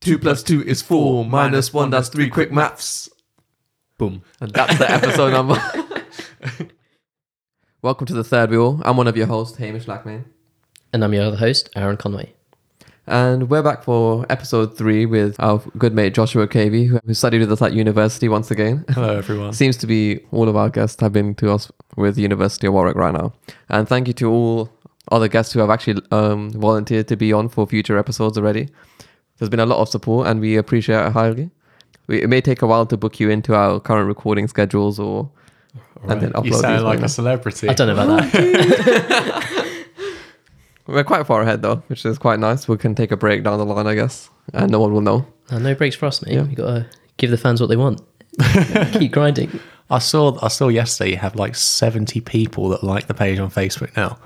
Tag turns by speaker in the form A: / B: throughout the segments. A: Two plus two is four, minus one, that's three. Quick maths.
B: Boom.
A: And that's the episode number. Welcome to the third wheel. I'm one of your hosts, Hamish Lackman.
C: And I'm your other host, Aaron Conway.
A: And we're back for episode three with our good mate Joshua Cavey, who who studied with us at university once again.
B: Hello, everyone.
A: Seems to be all of our guests have been to us with University of Warwick right now. And thank you to all other guests who have actually um, volunteered to be on for future episodes already. There's been a lot of support and we appreciate it highly. We, it may take a while to book you into our current recording schedules or and then upload
B: you sound
A: these
B: like a
A: ones.
B: celebrity.
C: I don't know about that.
A: We're quite far ahead though, which is quite nice. We can take a break down the line, I guess, and no one will know.
C: No, no breaks for us, mate.
A: Yeah.
C: you got to give the fans what they want. Keep grinding.
B: I saw I saw yesterday you have like seventy people that like the page on Facebook now.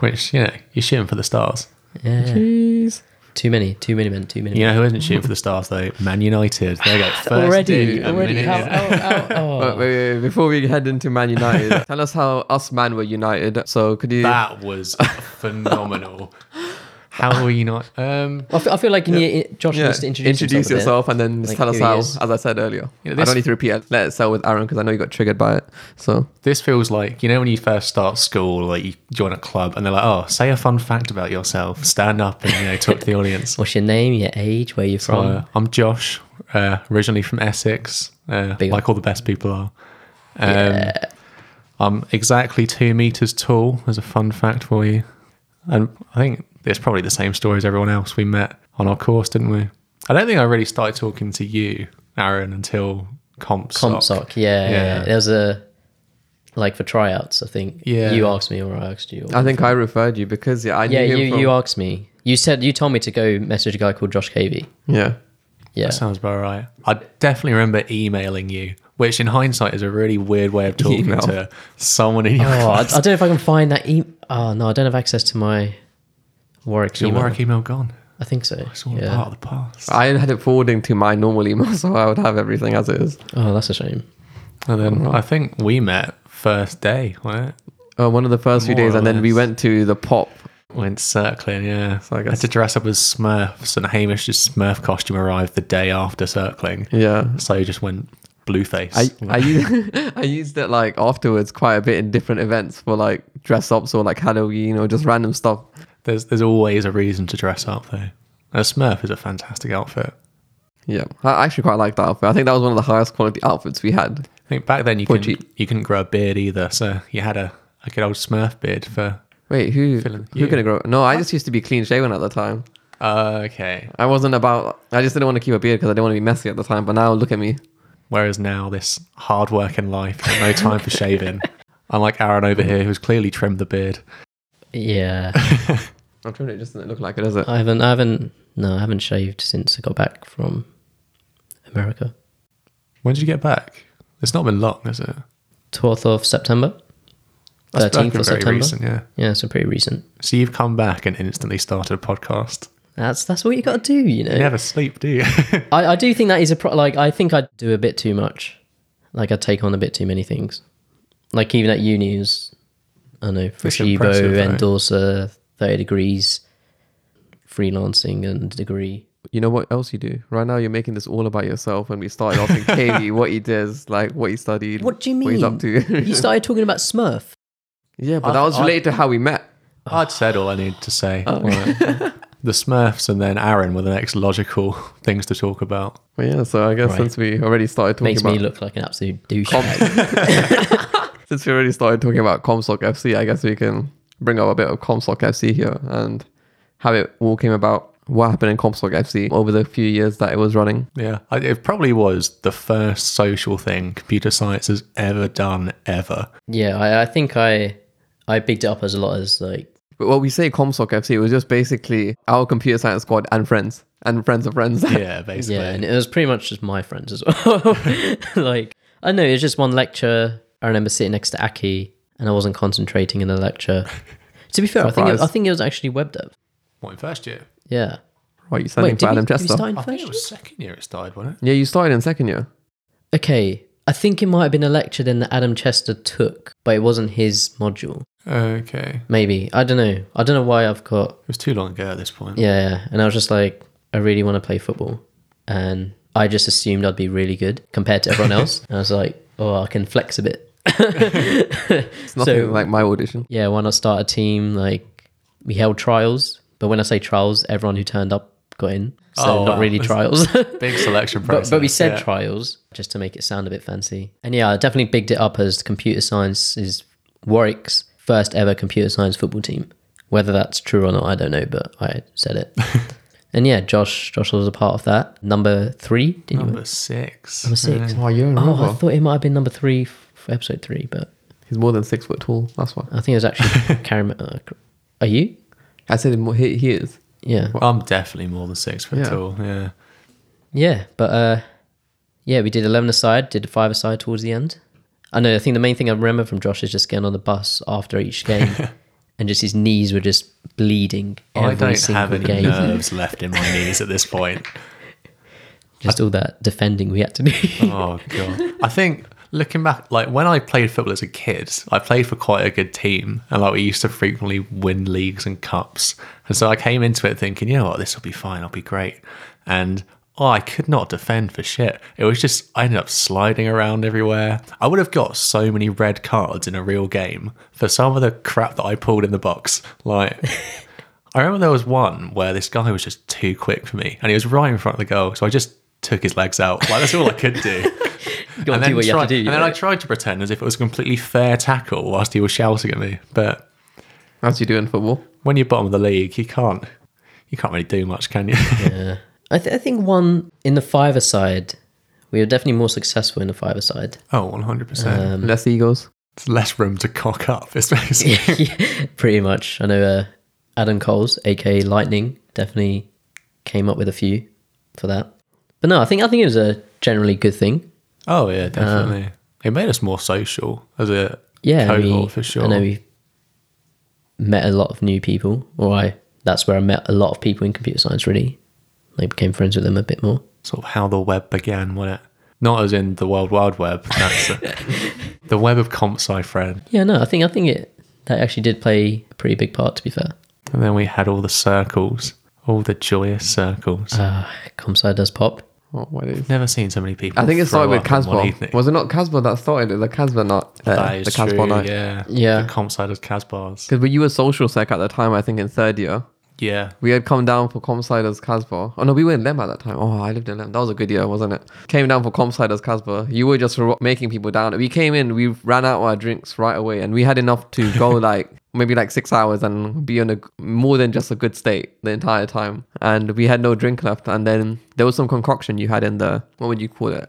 B: Which you know you're shooting for the stars.
C: Yeah.
A: Jeez.
C: Too many, too many men, too many
B: You
C: men.
B: know who isn't shooting for the stars though? Man United. They go first
C: Already,
B: due a
C: already.
B: minute
C: How,
B: in.
C: how, how,
B: Oh.
A: Wait, wait, wait, before we head into Man United, tell us how us man were united. So could you?
B: That was phenomenal. How are you not? Um,
C: I, feel, I feel like you need, Josh
A: Yeah,
C: needs to introduce, himself a bit.
A: yourself and then just
C: Like,
A: tell us
C: who he
A: how,
C: is.
A: as I said earlier.
B: You know,
A: I
B: this-
A: don't need to repeat it. Let it sell with Aaron because I know you got triggered by it. So
B: this feels like you know when you first start school, like you join a club, and they're like, "Oh, say a fun fact about yourself. Stand up and you know talk to the audience."
C: What's your name, your age, where you're from?
B: Uh, I'm Josh, uh, originally from Essex, uh,
C: Big
B: like all the best people are. Um, I'm exactly two meters tall, as a fun fact for you. And I think it's probably the same story as everyone else we met on our course, didn't we? I don't think I really started talking to you, Aaron, until comp soc.
C: Comp soc, yeah, yeah.
B: Yeah.
C: yeah. There's a like for tryouts, I think.
B: Yeah.
C: You asked me or I asked you. Or,
A: I think I referred you because yeah, I knew
C: yeah,
A: him
C: you,
A: from-
C: you asked me. You said you told me to go message a guy called Josh Cavey.
A: Yeah,
C: Yeah.
B: That sounds about right. I definitely remember emailing you, which in hindsight is a really weird way of talking
A: Email.
B: to someone in your
C: Oh, I, I
B: class.
C: don't know if I can find that. E- oh no, I don't have access to my Warwick
B: Your
C: email.
B: work email gone.
C: I think so.
B: It's all a
C: yeah.
B: part of the past.
A: I had it forwarding to my normal email, so I would have everything as it is.
C: Oh, that's a shame.
B: And then I think we met first day, right?
A: Uh, one of the first few
B: More
A: days,
B: or
A: and then we
B: less.
A: went to the pop.
B: Went circling, yeah.
A: So I
B: I,
A: guess-
B: had to dress up as Smurfs, and Hamish's Smurf costume arrived the day after circling.
A: Yeah,
B: So he just went blue face.
A: I I used, I used it like afterwards quite a bit in different events for like dress ups or like Halloween or just random stuff.
B: There's there's always a reason to dress up though. A Smurf is a fantastic outfit.
A: Yeah, I actually quite like that outfit. I think that was one of the highest quality outfits we had.
B: I think back then you
A: For
B: couldn't you couldn't grow a beard either, so you had a, a good old Smurf beard for.
A: Wait, who
B: Feeling
A: who
B: you.
A: gonna grow? No, I just used to be clean shaven at the time.
B: uh, okay.
A: I wasn't about. I just didn't want to keep a beard because I didn't want to be messy at the time. But now look at me.
B: Whereas now this hard work in life, you've got no time for shaving. Unlike Aaron over here, who's clearly trimmed the beard.
C: Yeah,
A: I'm trying to. It just doesn't look like it, does it?
C: I haven't. I haven't. No, I haven't shaved since I got back from America.
B: When did you get back? It's not been long, has it?
C: Twelfth of September.
B: That's
C: Thirteenth
B: been
C: of
B: very
C: September.
B: recent, yeah.
C: Yeah, so pretty recent.
B: So you've come back and instantly started a podcast.
C: That's that's what you got to do, you know.
B: You never sleep, do you?
C: I, I do think that is a pro- like I think I do a bit too much. Like I take on a bit too many things. Like even at uni, it was, I don't know Frishibo,
B: impressive, though.
C: Endorser, Thirty Degrees, freelancing and degree.
A: You know what else you do? Right now you're making this all about yourself. When we started off in KV, what he does, like what he studied,
C: What do you
A: what he's up to.
C: you started talking about Smurf.
A: yeah, but
B: I-
A: that was
B: I-
A: related to how we met.
B: I'd said all I needed to say.
A: Oh.
B: Right. the Smurfs and then Aaron were the next logical things to talk about.
A: But yeah, so I guess
C: Right.
A: since we already started talking
C: Makes
A: about
C: me look like an absolute douchebag.
A: since we already started talking about Comstock FC, I guess we can bring up a bit of Comstock FC here and how it all came about. What happened in Comstock FC over the few years that it was running?
B: Yeah, I, it probably was the first social thing computer science has ever done, ever.
C: yeah, I, I think I I picked it up as a lot as like
A: But what we say Comstock FC it was just basically our computer science squad and friends and friends of friends.
B: Yeah, basically.
C: Yeah, and it was pretty much just my friends as well. like, I know it was just one lecture. I remember sitting next to Aki, and I wasn't concentrating in the lecture. to be fair, I think it,
A: Surprise.
C: I think it was actually web dev.
B: What, in first year?
C: Yeah.
A: Right, you signed in for
C: did we,
A: Adam
C: did we
A: Chester.
C: start in
B: I think
C: first
B: it
C: year?
B: was second year it started, wasn't it?
A: Yeah, you started in second year.
C: Okay, I think it might have been a lecture then that Adam Chester took, but it wasn't his module.
B: Okay.
C: Maybe I don't know. I don't know why I've got
B: It was too long ago at this point.
C: yeah, yeah. and I was just like, I really want to play football. And I just assumed I'd be really good compared to everyone else. and I was like, oh, I can flex a bit.
A: It's nothing like my audition.
C: yeah, why not start a team? Like we held trials, but when I say trials, everyone who turned up got in. So
B: Oh,
C: not
B: wow.
C: really trials. but,
B: Big selection process.
C: but we said
B: yeah.
C: trials just to make it sound a bit fancy. And yeah, I definitely bigged it up as computer science is Warwick's first ever computer science football team. Whether that's true or not, I don't know, but I said it. and yeah, Josh Josh was a part of that. Number three, didn't you?
B: number six.
C: Number six.
A: Oh, you remember?
C: Oh, I thought it might have been number three f- for episode three, but
A: He's more than six foot tall. That's why.
C: I think it was actually Karim. Uh, are you?
A: I said him- he, he is.
C: Yeah.
B: I'm definitely more than six foot
A: Yeah.
B: tall. Yeah.
C: Yeah, but uh, yeah, we did eleven aside, did a five aside towards the end. I know. I think the main thing I remember from Josh is just getting on the bus after each game, and just his knees were just bleeding every
B: Oh, I don't
C: single
B: have any
C: game.
B: nerves left in my knees at this point.
C: Just all that defending we had to do.
B: Oh god. I think looking back, like when I played football as a kid, I played for quite a good team, and like we used to frequently win leagues and cups. And so I came into it thinking, you know what, this will be fine. I'll be great. And oh, I could not defend for shit. It was just I ended up sliding around everywhere. I would have got so many red cards in a real game for some of the crap that I pulled in the box. Like. I remember there was one where this guy was just too quick for me, and he was right in front of the goal. So I just took his legs out. Like that's all I could do.
C: you gotta do what you
B: tried,
C: have to do.
B: and
C: you
B: then
C: know?
B: I tried to pretend as if it was a completely fair tackle whilst he was shouting at me. But
A: As you do in football.
B: when you're bottom of the league, you can't you can't really do much, can you?
C: yeah. I, th- I think one in the five aside, we were definitely more successful in the five aside.
B: oh, one hundred
C: Um,
B: percent.
A: Less egos.
B: It's less room to cock up. It's basically
C: Yeah, pretty much. I know uh, Adam Coles, aka Lightning, definitely came up with a few for that. But no, I think I think it was a generally good thing.
B: Oh yeah, definitely. it made us more social as a
C: Um, Yeah,
B: cohort
C: we-
B: for sure.
C: I know we met a lot of new people, or I that's where I met a lot of people in computer science. Really, I became friends with them a bit more.
B: sort of how the web began, wasn't it? Not as in the World Wide Web. That's the web of comp sci friend.
C: Yeah, no, I think I think it that actually did play a pretty big part. To be fair,
B: And then we had all the circles, all the joyous circles.
C: uh, Comsci does pop.
A: Oh, what is?
B: Never seen so many people.
A: I think it started with Casbah.
B: Casbah.
A: Was it not Casbah that started it? The Casbah night. uh,
B: That is
A: the
B: true.
A: Casbah night.
B: Yeah,
C: Yeah.
B: The comp side was Casbah's.
A: Because you were social sec at the time, I think, in third year.
B: Yeah,
A: We had come down for Comsiders Casbah. Oh no, we were in Lem at that time. Oh, I lived in Lem. That was a good year, wasn't it? Came down for Comsiders Casbah. You were just ro- making people down. We came in, we ran out our drinks right away, and we had enough to go like maybe like six hours and be on a more than just a good state the entire time. And we had no drink left. And then there was some concoction you had in the what would you call it?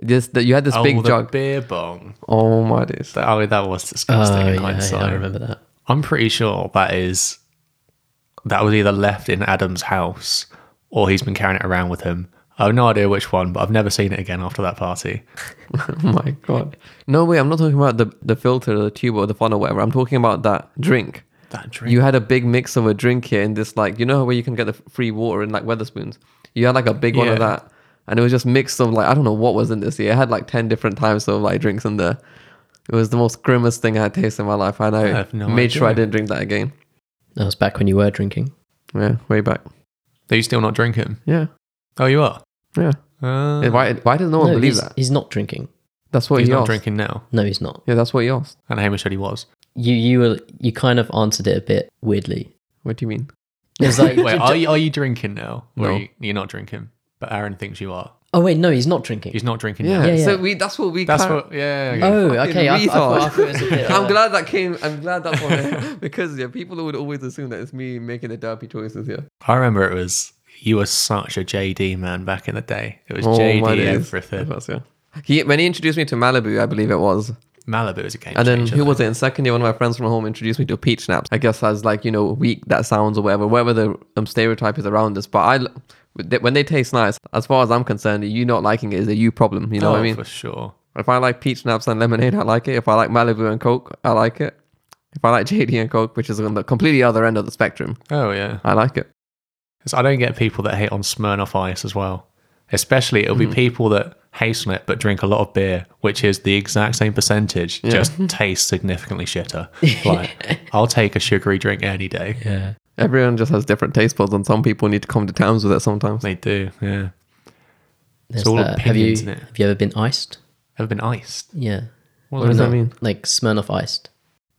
A: This that you had this
B: oh,
A: big
B: the
A: jug.
B: beer bong.
A: oh my days!
B: That- Oh, that was
C: Oh,
B: disgusting in
C: yeah, yeah,
B: hindsight.
C: I remember that.
B: I'm pretty sure that is that was either left in Adam's house or he's been carrying it around with him. I have no idea which one, but I've never seen it again after that party.
A: Oh my god! No way! I'm not talking about the the filter, or the tube, or the funnel, whatever. I'm talking about that drink.
B: That drink.
A: You had a big mix of a drink here in this, like, you know where you can get the f- free water in like Weatherspoons? You had like a big one of
B: Yeah.
A: that. And it was just mixed of like, I don't know what was in this year. It had like 10 different types of like drinks in there. It was the most grimmest thing I had tasted in my life. And I,
B: have no
A: made sure I
B: idea.
A: didn't drink that again.
C: That was back when you were drinking.
A: Yeah, way back.
B: Are you still not drinking?
A: Yeah,
B: Oh, you are.
A: yeah.
B: Uh,
A: Why, why does no one
C: no,
A: believe
C: he's,
A: that?
C: he's not drinking.
A: That's what
B: he's
A: he
B: not
A: asked.
B: drinking now.
C: No, he's not.
A: Yeah, that's what he asked.
B: And Hamish said he was.
C: You you were you kind of answered it a bit weirdly.
A: What do you mean?
C: It's like,
B: Wait, are you, are you drinking now? Or
A: No.
B: are you, you're not drinking. But Aaron thinks you are.
C: oh wait, no, he's not drinking.
B: He's not drinking
A: Yeah,
B: now.
C: Yeah, yeah.
A: so we that's what we
B: That's
A: kind of-
B: what. Yeah. yeah, yeah.
C: oh,
A: fucking
C: okay. I, I, thought, I thought it was a bit.
A: I'm
C: uh,
A: glad that came. I'm glad that one because yeah, people would always assume that it's me making the derpy choices here.
B: I remember it was. You were such a JD man back in the day. It was
A: Oh,
B: JD
A: my days. It
B: everything.
A: was, yeah. He when he introduced me to Malibu, I believe it was,
B: Malibu was a game.
A: and then
B: changer,
A: who
B: though.
A: was it in second year? One of my friends from home introduced me to peach snaps. I guess as like you know weak that sounds or whatever, whatever the um, stereotype is around this. But I, l- with th- when they taste nice, as far as I'm concerned, you not liking it is a you problem. You know what I
B: Oh,
A: mean?
B: For sure.
A: If I like peach snaps and lemonade, I like it. If I like Malibu and Coke, I like it. If I like JD and Coke, which is on the completely other end of the spectrum,
B: Oh yeah.
A: I like it.
B: 'Cause I don't get people that hate on Smirnoff Ice as well. Especially, it'll
A: Hmm.
B: be people that hasten it but drink a lot of beer, which is the exact same percentage, just tastes significantly shitter. Like, I'll take a sugary drink any day.
C: yeah.
A: Everyone just has different taste buds, and some people need to come to terms with it sometimes.
B: They do, yeah.
C: There's
B: all
C: that. Have you
B: opinions, innit?
C: have you ever been iced?
B: Ever been iced?
C: Yeah.
B: What
A: What does
B: is
A: that
B: that?
A: mean?
C: Like Smirnoff iced.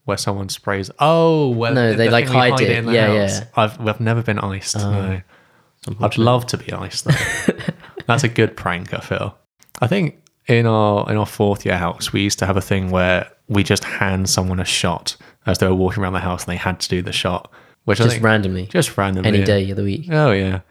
B: Where someone sprays? Oh, well,
C: No,
B: the-
C: they,
B: the
C: like,
B: thing we
C: hide it.
B: in the
C: Yeah,
B: house.
C: yeah. Oh,
B: I've we've never been iced. no. I'd love to be iced. Though. That's a good prank. I feel. I think in our in our fourth year house, we used to have a thing where we just hand someone a shot as they were walking around the house, and they had to do the shot, which I
C: Just
B: think
C: randomly.
B: just randomly
C: any
B: yeah.
C: day of the week.
B: Oh yeah,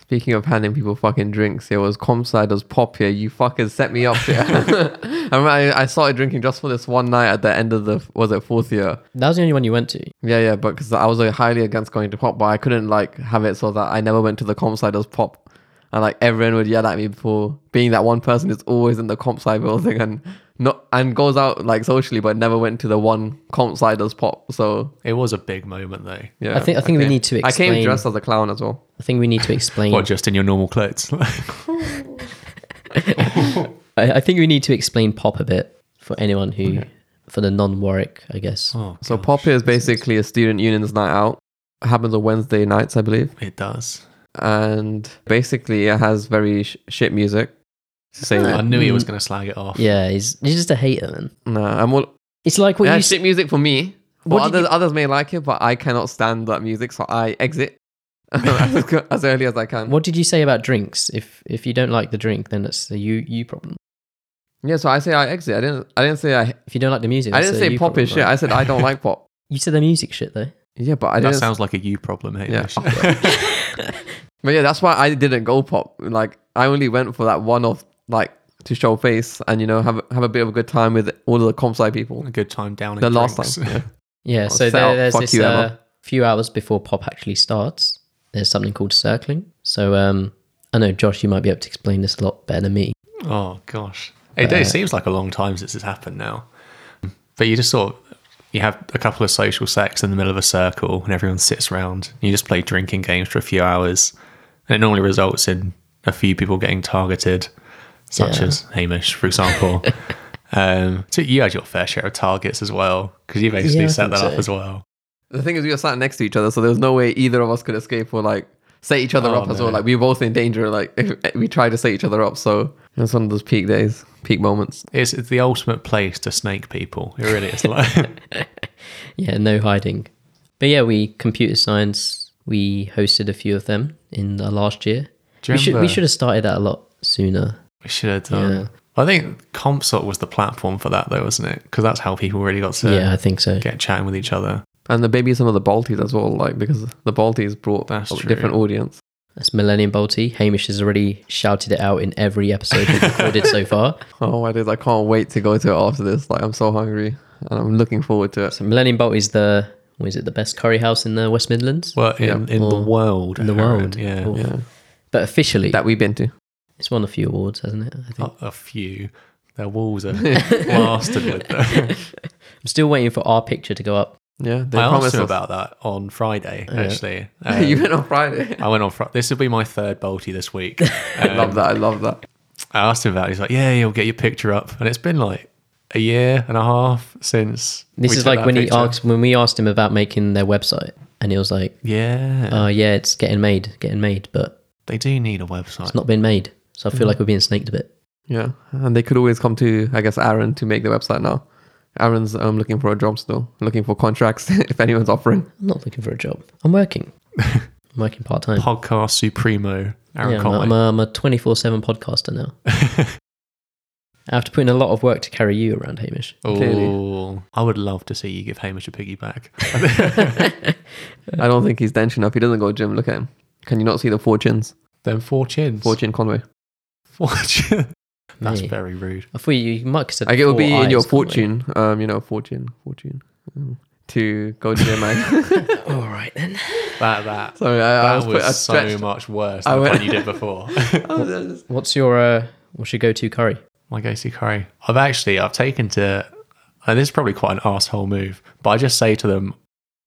A: Speaking of handing people fucking drinks, it was Comsider's pop here. You fuckers set me up here. I, remember I I started drinking just for this one night at the end of the was it fourth year.
C: That was the only one you went to.
A: Yeah, yeah, but because I was uh, highly against going to pop, but I couldn't like have it so that I never went to the comp side as pop, and like everyone would yell at me for being that one person who's always in the comp side building and not and goes out like socially, but never went to the one comp side as pop. So
B: it was a big moment though.
A: yeah,
C: I think- I think we
A: came-
C: need to
A: I came
C: explain- Oh,
A: dressed as a clown as well.
C: I think we need to explain.
B: What just in your normal clothes?
C: I, I think we need to explain pop a bit for anyone who, for the non-Warwick, I guess.
B: oh,
A: So pop is basically a student union's night out. happens on Wednesday nights, I believe,
B: it does.
A: and basically it has very sh- shit music. Saying
B: I
A: that,
B: knew he was going to slag it off.
C: Mm. Yeah, he's he's just a hater, man.
A: nah, I'm all,
C: It's like what
A: yeah,
C: you
A: shit
C: said.
A: music for me. But
C: What did
A: others, others may like it, but I cannot stand that music, so I exit as, as early as I can.
C: What did you say about drinks? If if you don't like the drink, then that's a you you problem.
A: Yeah, so I say I exit. I didn't. I didn't say I.
C: If you don't like the music,
A: I
C: that's
A: didn't
C: a
A: say
C: you
A: pop
C: problem,
A: is shit.
C: right?
A: I said I don't like pop.
C: You said the music shit though.
A: Yeah, but I
B: that
A: didn't.
B: sounds like a you problem, hey?
A: Yeah. but yeah, that's why I didn't go pop. Like I only went for that one off, like to show face and you know have have a bit of a good time with all of the comp side people.
B: a good time down.
A: The last time, yeah.
C: Yeah. So
A: set up,
C: there, there's
A: fuck
C: this
A: you,
C: uh,
A: Emma.
C: few hours before pop actually starts. There's something called circling. So um, I know Josh, you might be able to explain this a lot better than me.
B: Oh gosh, it,
C: uh,
B: it seems like a long time since it's happened now. But you just sort of you have a couple of social sects in the middle of a circle, and everyone sits around. You just play drinking games for a few hours, and it normally results in a few people getting targeted, such
C: Yeah.
B: as Hamish, for example. um, so you had your fair share of targets as well, because you basically
C: Yeah, I
B: set
C: think
B: that up
C: so.
B: as well.
A: The thing is, we were sat next to each other, so there was no way either of us could escape or like set each other
B: Oh,
A: up as well.
B: no.
A: Like we were both in danger. Like if we tried to set each other up, so it's one of those peak days, peak moments.
B: It's, it's the ultimate place to snake people. It really is. Like,
C: Yeah, no hiding. But yeah, we computer science. We hosted a few of them in the last year.
B: Do you
C: We should we
B: remember-
C: should have started that a lot sooner.
B: We should have done.
C: Yeah.
B: I think CompSort was the platform for that, though, wasn't it? Because that's how people really got to
C: yeah, I think so.
B: get chatting with each other.
A: And the maybe some of the Baltis as well, like because the Baltis brought
B: That's
A: a
B: true.
A: different audience.
C: That's Millennium Bolty. Hamish has already shouted it out in every episode we've recorded so far.
A: Oh, I did. I can't wait to go to it after this. Like I'm so hungry, and I'm looking forward to it.
C: So Millennium Bolt is the what is it the best curry house in the West Midlands?
B: Well, in, in the
C: Or-
B: world.
C: in the
B: Harold,
C: world. Oh.
B: Yeah.
C: Or-
A: Yeah,
C: But officially,
A: that we've been to.
C: it's won a few awards, hasn't it? I think.
B: A, a few. Their walls are plastered with them.
C: I'm still waiting for our picture to go up.
A: Yeah, they
B: I asked
A: promised
B: him
A: us.
B: about that on Friday, actually.
A: you
B: Um,
A: went on Friday.
B: I went on Friday. This will be my third Bolty this week. Um,
A: I love that. I love that.
B: I asked him about it. He's like, yeah, yeah, we'll get your picture up. And it's been like a year and a half since.
C: This
B: we
C: is
B: took
C: like
B: that
C: when
B: picture.
C: he asked when we asked him about making their website, and he was like,
B: Yeah.
C: "Oh yeah, it's getting made, getting made, but
B: they do need a website.
C: it's not been made." So I
B: Mm-hmm.
C: feel like we're being snaked a bit.
A: Yeah, and they could always come to, I guess, Aaron to make the website now. Aaron's um, looking for a job still, looking for contracts if anyone's offering.
C: I'm not looking for a job. I'm working. I'm working part time.
B: podcast supremo Aaron
C: Yeah, I'm a-
B: Conway.
C: I'm a- I'm a 24 7 podcaster now. I have to put in a lot of work to carry you around, Hamish.
A: clearly.
B: Oh, I would love to see you give Hamish a piggyback.
A: I don't think he's dense enough. He doesn't go to gym. Look at him. Can you not see the four chins?
B: then four chins.
A: Four chin Conway.
B: Fortune. That's
C: Hey.
B: very rude.
C: I thought you, you might have said
A: I it will
C: four
A: be in
C: eyes,
A: your
C: can't we?
A: fortune. Um, you know, fortune, fortune, mm, to go to gym. and-
C: All right then.
B: That that
A: Sorry, I, I
B: that
A: was,
B: was,
A: Uh, put, I
B: so
A: stretched.
B: much worse
A: I
B: than the
A: went-
B: one you did before.
A: I was- I was-
C: What's your uh, what's your go to curry?
B: My ghosty curry. I've actually I've taken to, and this is probably quite an asshole move, but I just say to them,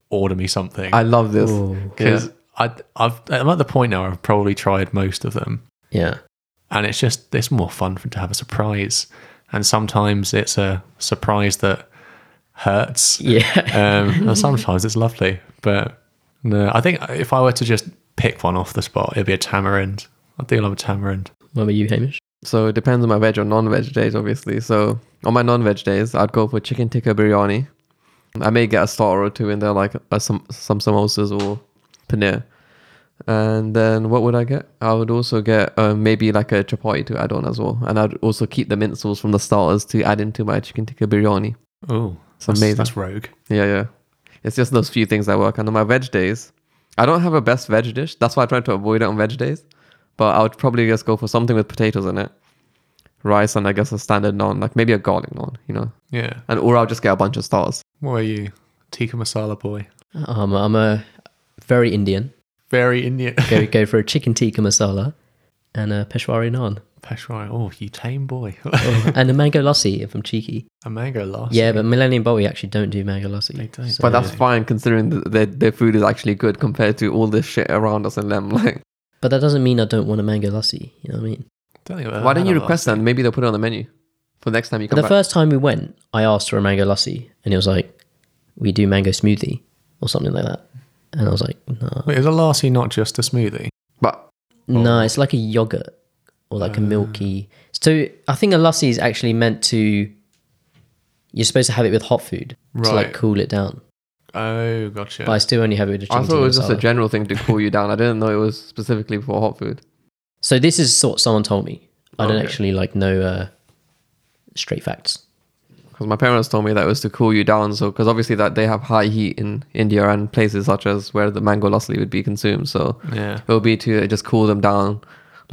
B: order me something
A: I love this.
B: because I I've I'm at the point now where I've probably tried most of them.
C: Yeah.
B: and it's just it's more fun for, to have a surprise and sometimes it's a surprise that hurts
C: Yeah.
A: Uh,
B: um and sometimes it's lovely but No, I think if I were to just pick one off the spot, it'd be a tamarind. I do love a tamarind.
C: What were you, Hamish?
A: So it depends on my veg or non-veg days, obviously. So on my non-veg days, I'd go for chicken tikka biryani. I may get a starter or two in there, like uh, some some samosas or paneer. And then what would I get? I would also get uh, maybe like a chapati to add on as well. And I'd also keep the mint sauce from the starters to add into my chicken tikka biryani.
B: Oh,
A: It's
B: that's,
A: amazing.
B: that's rogue.
A: Yeah, yeah. It's just those few things that work. And on my veg days, I don't have a best veg dish. That's why I try to avoid it on veg days. But I would probably just go for something with potatoes in it, rice, and I guess a standard naan, like maybe a garlic naan, you know.
B: Yeah.
A: And or I'll just get a bunch of stars.
B: What are you? Tikka masala boy.
C: Um, I'm a very Indian.
B: Very Indian.
C: Go go for a chicken tikka masala and a peshwari naan
B: Peshawar. Oh, you tame boy.
C: and a mango lassi if I'm cheeky.
B: a mango last.
C: Oh. Yeah, but Millennium Bowie actually don't do mango lassi.
B: They don't.
A: But that's fine considering th- their their food is actually good compared to all this shit around us in Lem. Like,
C: But that doesn't mean I don't want a mango lassi. You know what I mean?
B: Don't think I've ever
A: why don't
B: had
A: you
B: a
A: request that? And maybe they'll put it on the menu for next time you
C: But
A: come
C: the
A: back.
C: first time we went, I asked for a mango lassi, and it was like, "We do mango smoothie or something like that." And I was like, "No,
A: Oh.
B: Wait, is a lassi not just a smoothie?
A: but
C: no, it's like a yogurt or like a
A: Ah.
C: milky." So I think a lassi is actually meant to. You're supposed to have it with hot food to like
B: Right.
C: cool it down,
B: Oh, gotcha.
C: but I still only have it with a chicken
A: I thought it was
C: tikka
A: just a
C: masala.
A: general thing to cool you down. I didn't know it was specifically for hot food.
C: So this is sort someone told me. I don't
B: Okay.
C: actually like know uh, straight facts.
A: because my parents told me that it was to cool you down. So, because obviously that they have high heat in India and places such as where the mango lassi would be consumed. So
B: yeah.
A: it would be to just cool them down,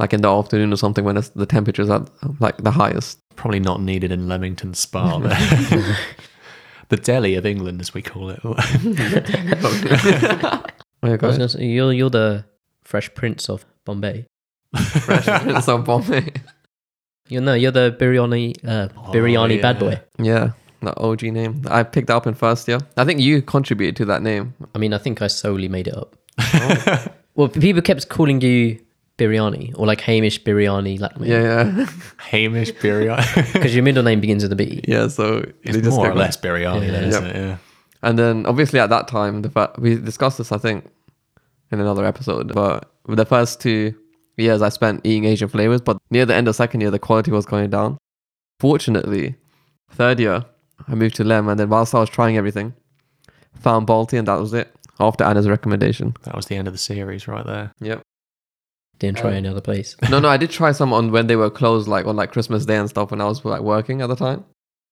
A: like in the afternoon or something when it's, the temperatures are like the highest.
B: Probably not needed in Leamington Spa. there. the Delhi of England, as we call it.
A: Oh, yeah,
C: I was
A: guys.
C: gonna say, you're you're the Fresh Prince of Bombay.
A: Fresh from Bombay.
C: You know, you're the biryani uh,
B: Oh,
C: biryani bad
B: yeah.
C: boy.
A: Yeah, that OG name. I picked that up in first year. I think you contributed to that name.
C: I mean, I think I solely made it up.
B: Oh.
C: Well, p- people kept calling you biryani or like Hamish biryani Lakme
A: Yeah, yeah,
B: Hamish biryani.
C: because your middle name begins with a B.
A: yeah. So
B: It's more or
A: kept-
B: less biryani, then,
C: Yeah.
B: isn't it? Yeah.
A: And then obviously at that time, the fir- we discussed this, I think, in another episode. But the first two years I spent eating Asian flavors, but near the end of second year, the quality was going down. Fortunately, third year, I moved to Lem, and then whilst I was trying everything, found Balti, and that was it. After Anna's recommendation.
B: That was the end of the series right there.
A: Yep.
C: Didn't try any other place.
A: No, no, I did try some on when they were closed, like on like Christmas Day and stuff, when I was like working at the time.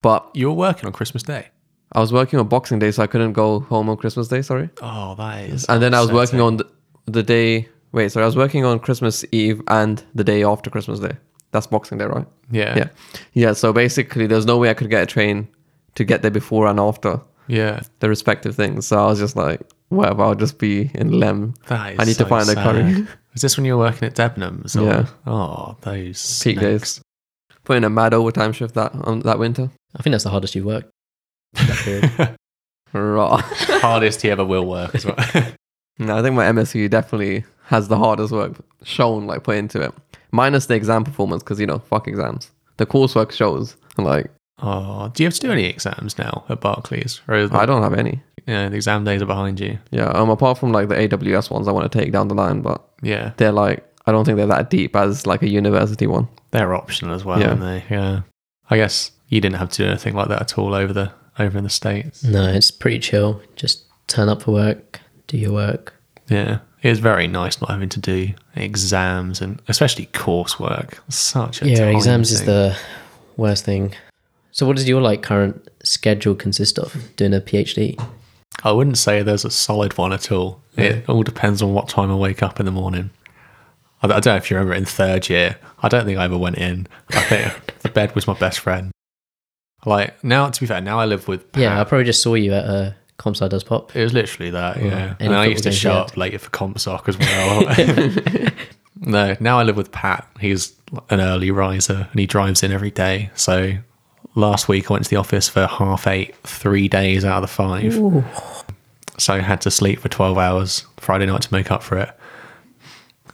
A: But
B: You were working on Christmas Day.
A: I was working on Boxing Day, so I couldn't go home on Christmas Day. Sorry.
B: Oh, that is.
A: and then I was
B: upsetting.
A: working on the, the day. Wait, sorry, I was working on Christmas Eve and the day after Christmas Day. That's Boxing Day, right?
B: Yeah.
A: Yeah. Yeah. So basically, there's no way I could get a train to get there before and after
B: Yeah.
A: the respective things. So I was just like, whatever, I'll just be in Lem.
B: That is
A: I need to
B: so
A: find a
B: sad.
A: curry.
B: Is this when you were working at Debenhams? Or?
A: Yeah.
B: Oh, those
A: Peak
B: snakes.
A: days. Put in a mad overtime shift that um, that winter.
C: I think that's the hardest you worked. That period.
A: Rah.
B: Hardest he ever will work as well.
A: No, I think my MSU definitely has the hardest work shown, like put into it, minus the exam performance, because you know, fuck exams. The coursework shows, like
B: oh, do you have to do any exams now at Barclays? Or is
A: I don't have any.
B: you know, the exam days are behind you?
A: Yeah, um, apart from like the AWS ones I want to take down the line, but
B: Yeah.
A: they're like, I don't think they're that deep as like a university one.
B: They're optional as well,
A: Yeah.
B: aren't they? Yeah. I guess you didn't have to do anything like that at all over the over in the States.
C: no, it's pretty chill. Just turn up for work, do your work.
B: Yeah. It is very nice not having to do exams and especially coursework. Such a
C: yeah,
B: time
C: exams is
B: thing.
C: the worst thing. So, what does your like current schedule consist of? Doing a PhD.
B: I wouldn't say there's a solid one at all. It all depends on what time I wake up in the morning. I I don't know if you remember in third year. I don't think I ever went in. I think the bed was my best friend. Like now, to be fair, now I live with.
C: Yeah, I
B: Pat.
C: probably just saw you at uh, Comsci Does Pop.
B: it was literally that. Yeah, and I
C: football
B: used to
C: games
B: show
C: you
B: up later for comp soc as well. no, now I live with Pat. He's an early riser and he drives in every day. So last week I went to the office for half eight, three days out of the five. so I had to sleep for 12 hours Friday night to make up for it.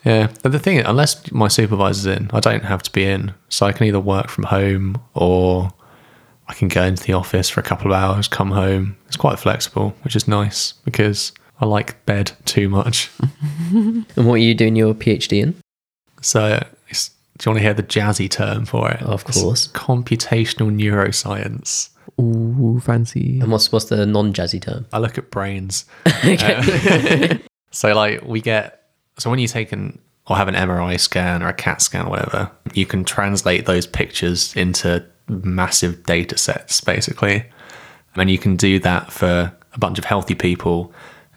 B: Yeah, but the thing, unless my supervisor's in, I don't have to be in. So I can either work from home or I can go into the office for a couple of hours, come home. It's quite flexible, which is nice because I like bed too much.
C: And what are you doing your PhD in?
B: So, it's, do you want to hear the jazzy term for it?
C: Of
B: It's
C: course.
B: computational neuroscience.
A: Ooh, fancy.
C: And what's what's the non jazzy term?
B: I look at brains. Um,
C: Okay.
B: So, like, we get so when you take an or have an MRI scan or a CAT scan or whatever, you can translate those pictures into massive data sets, basically. And you can do that for a bunch of healthy people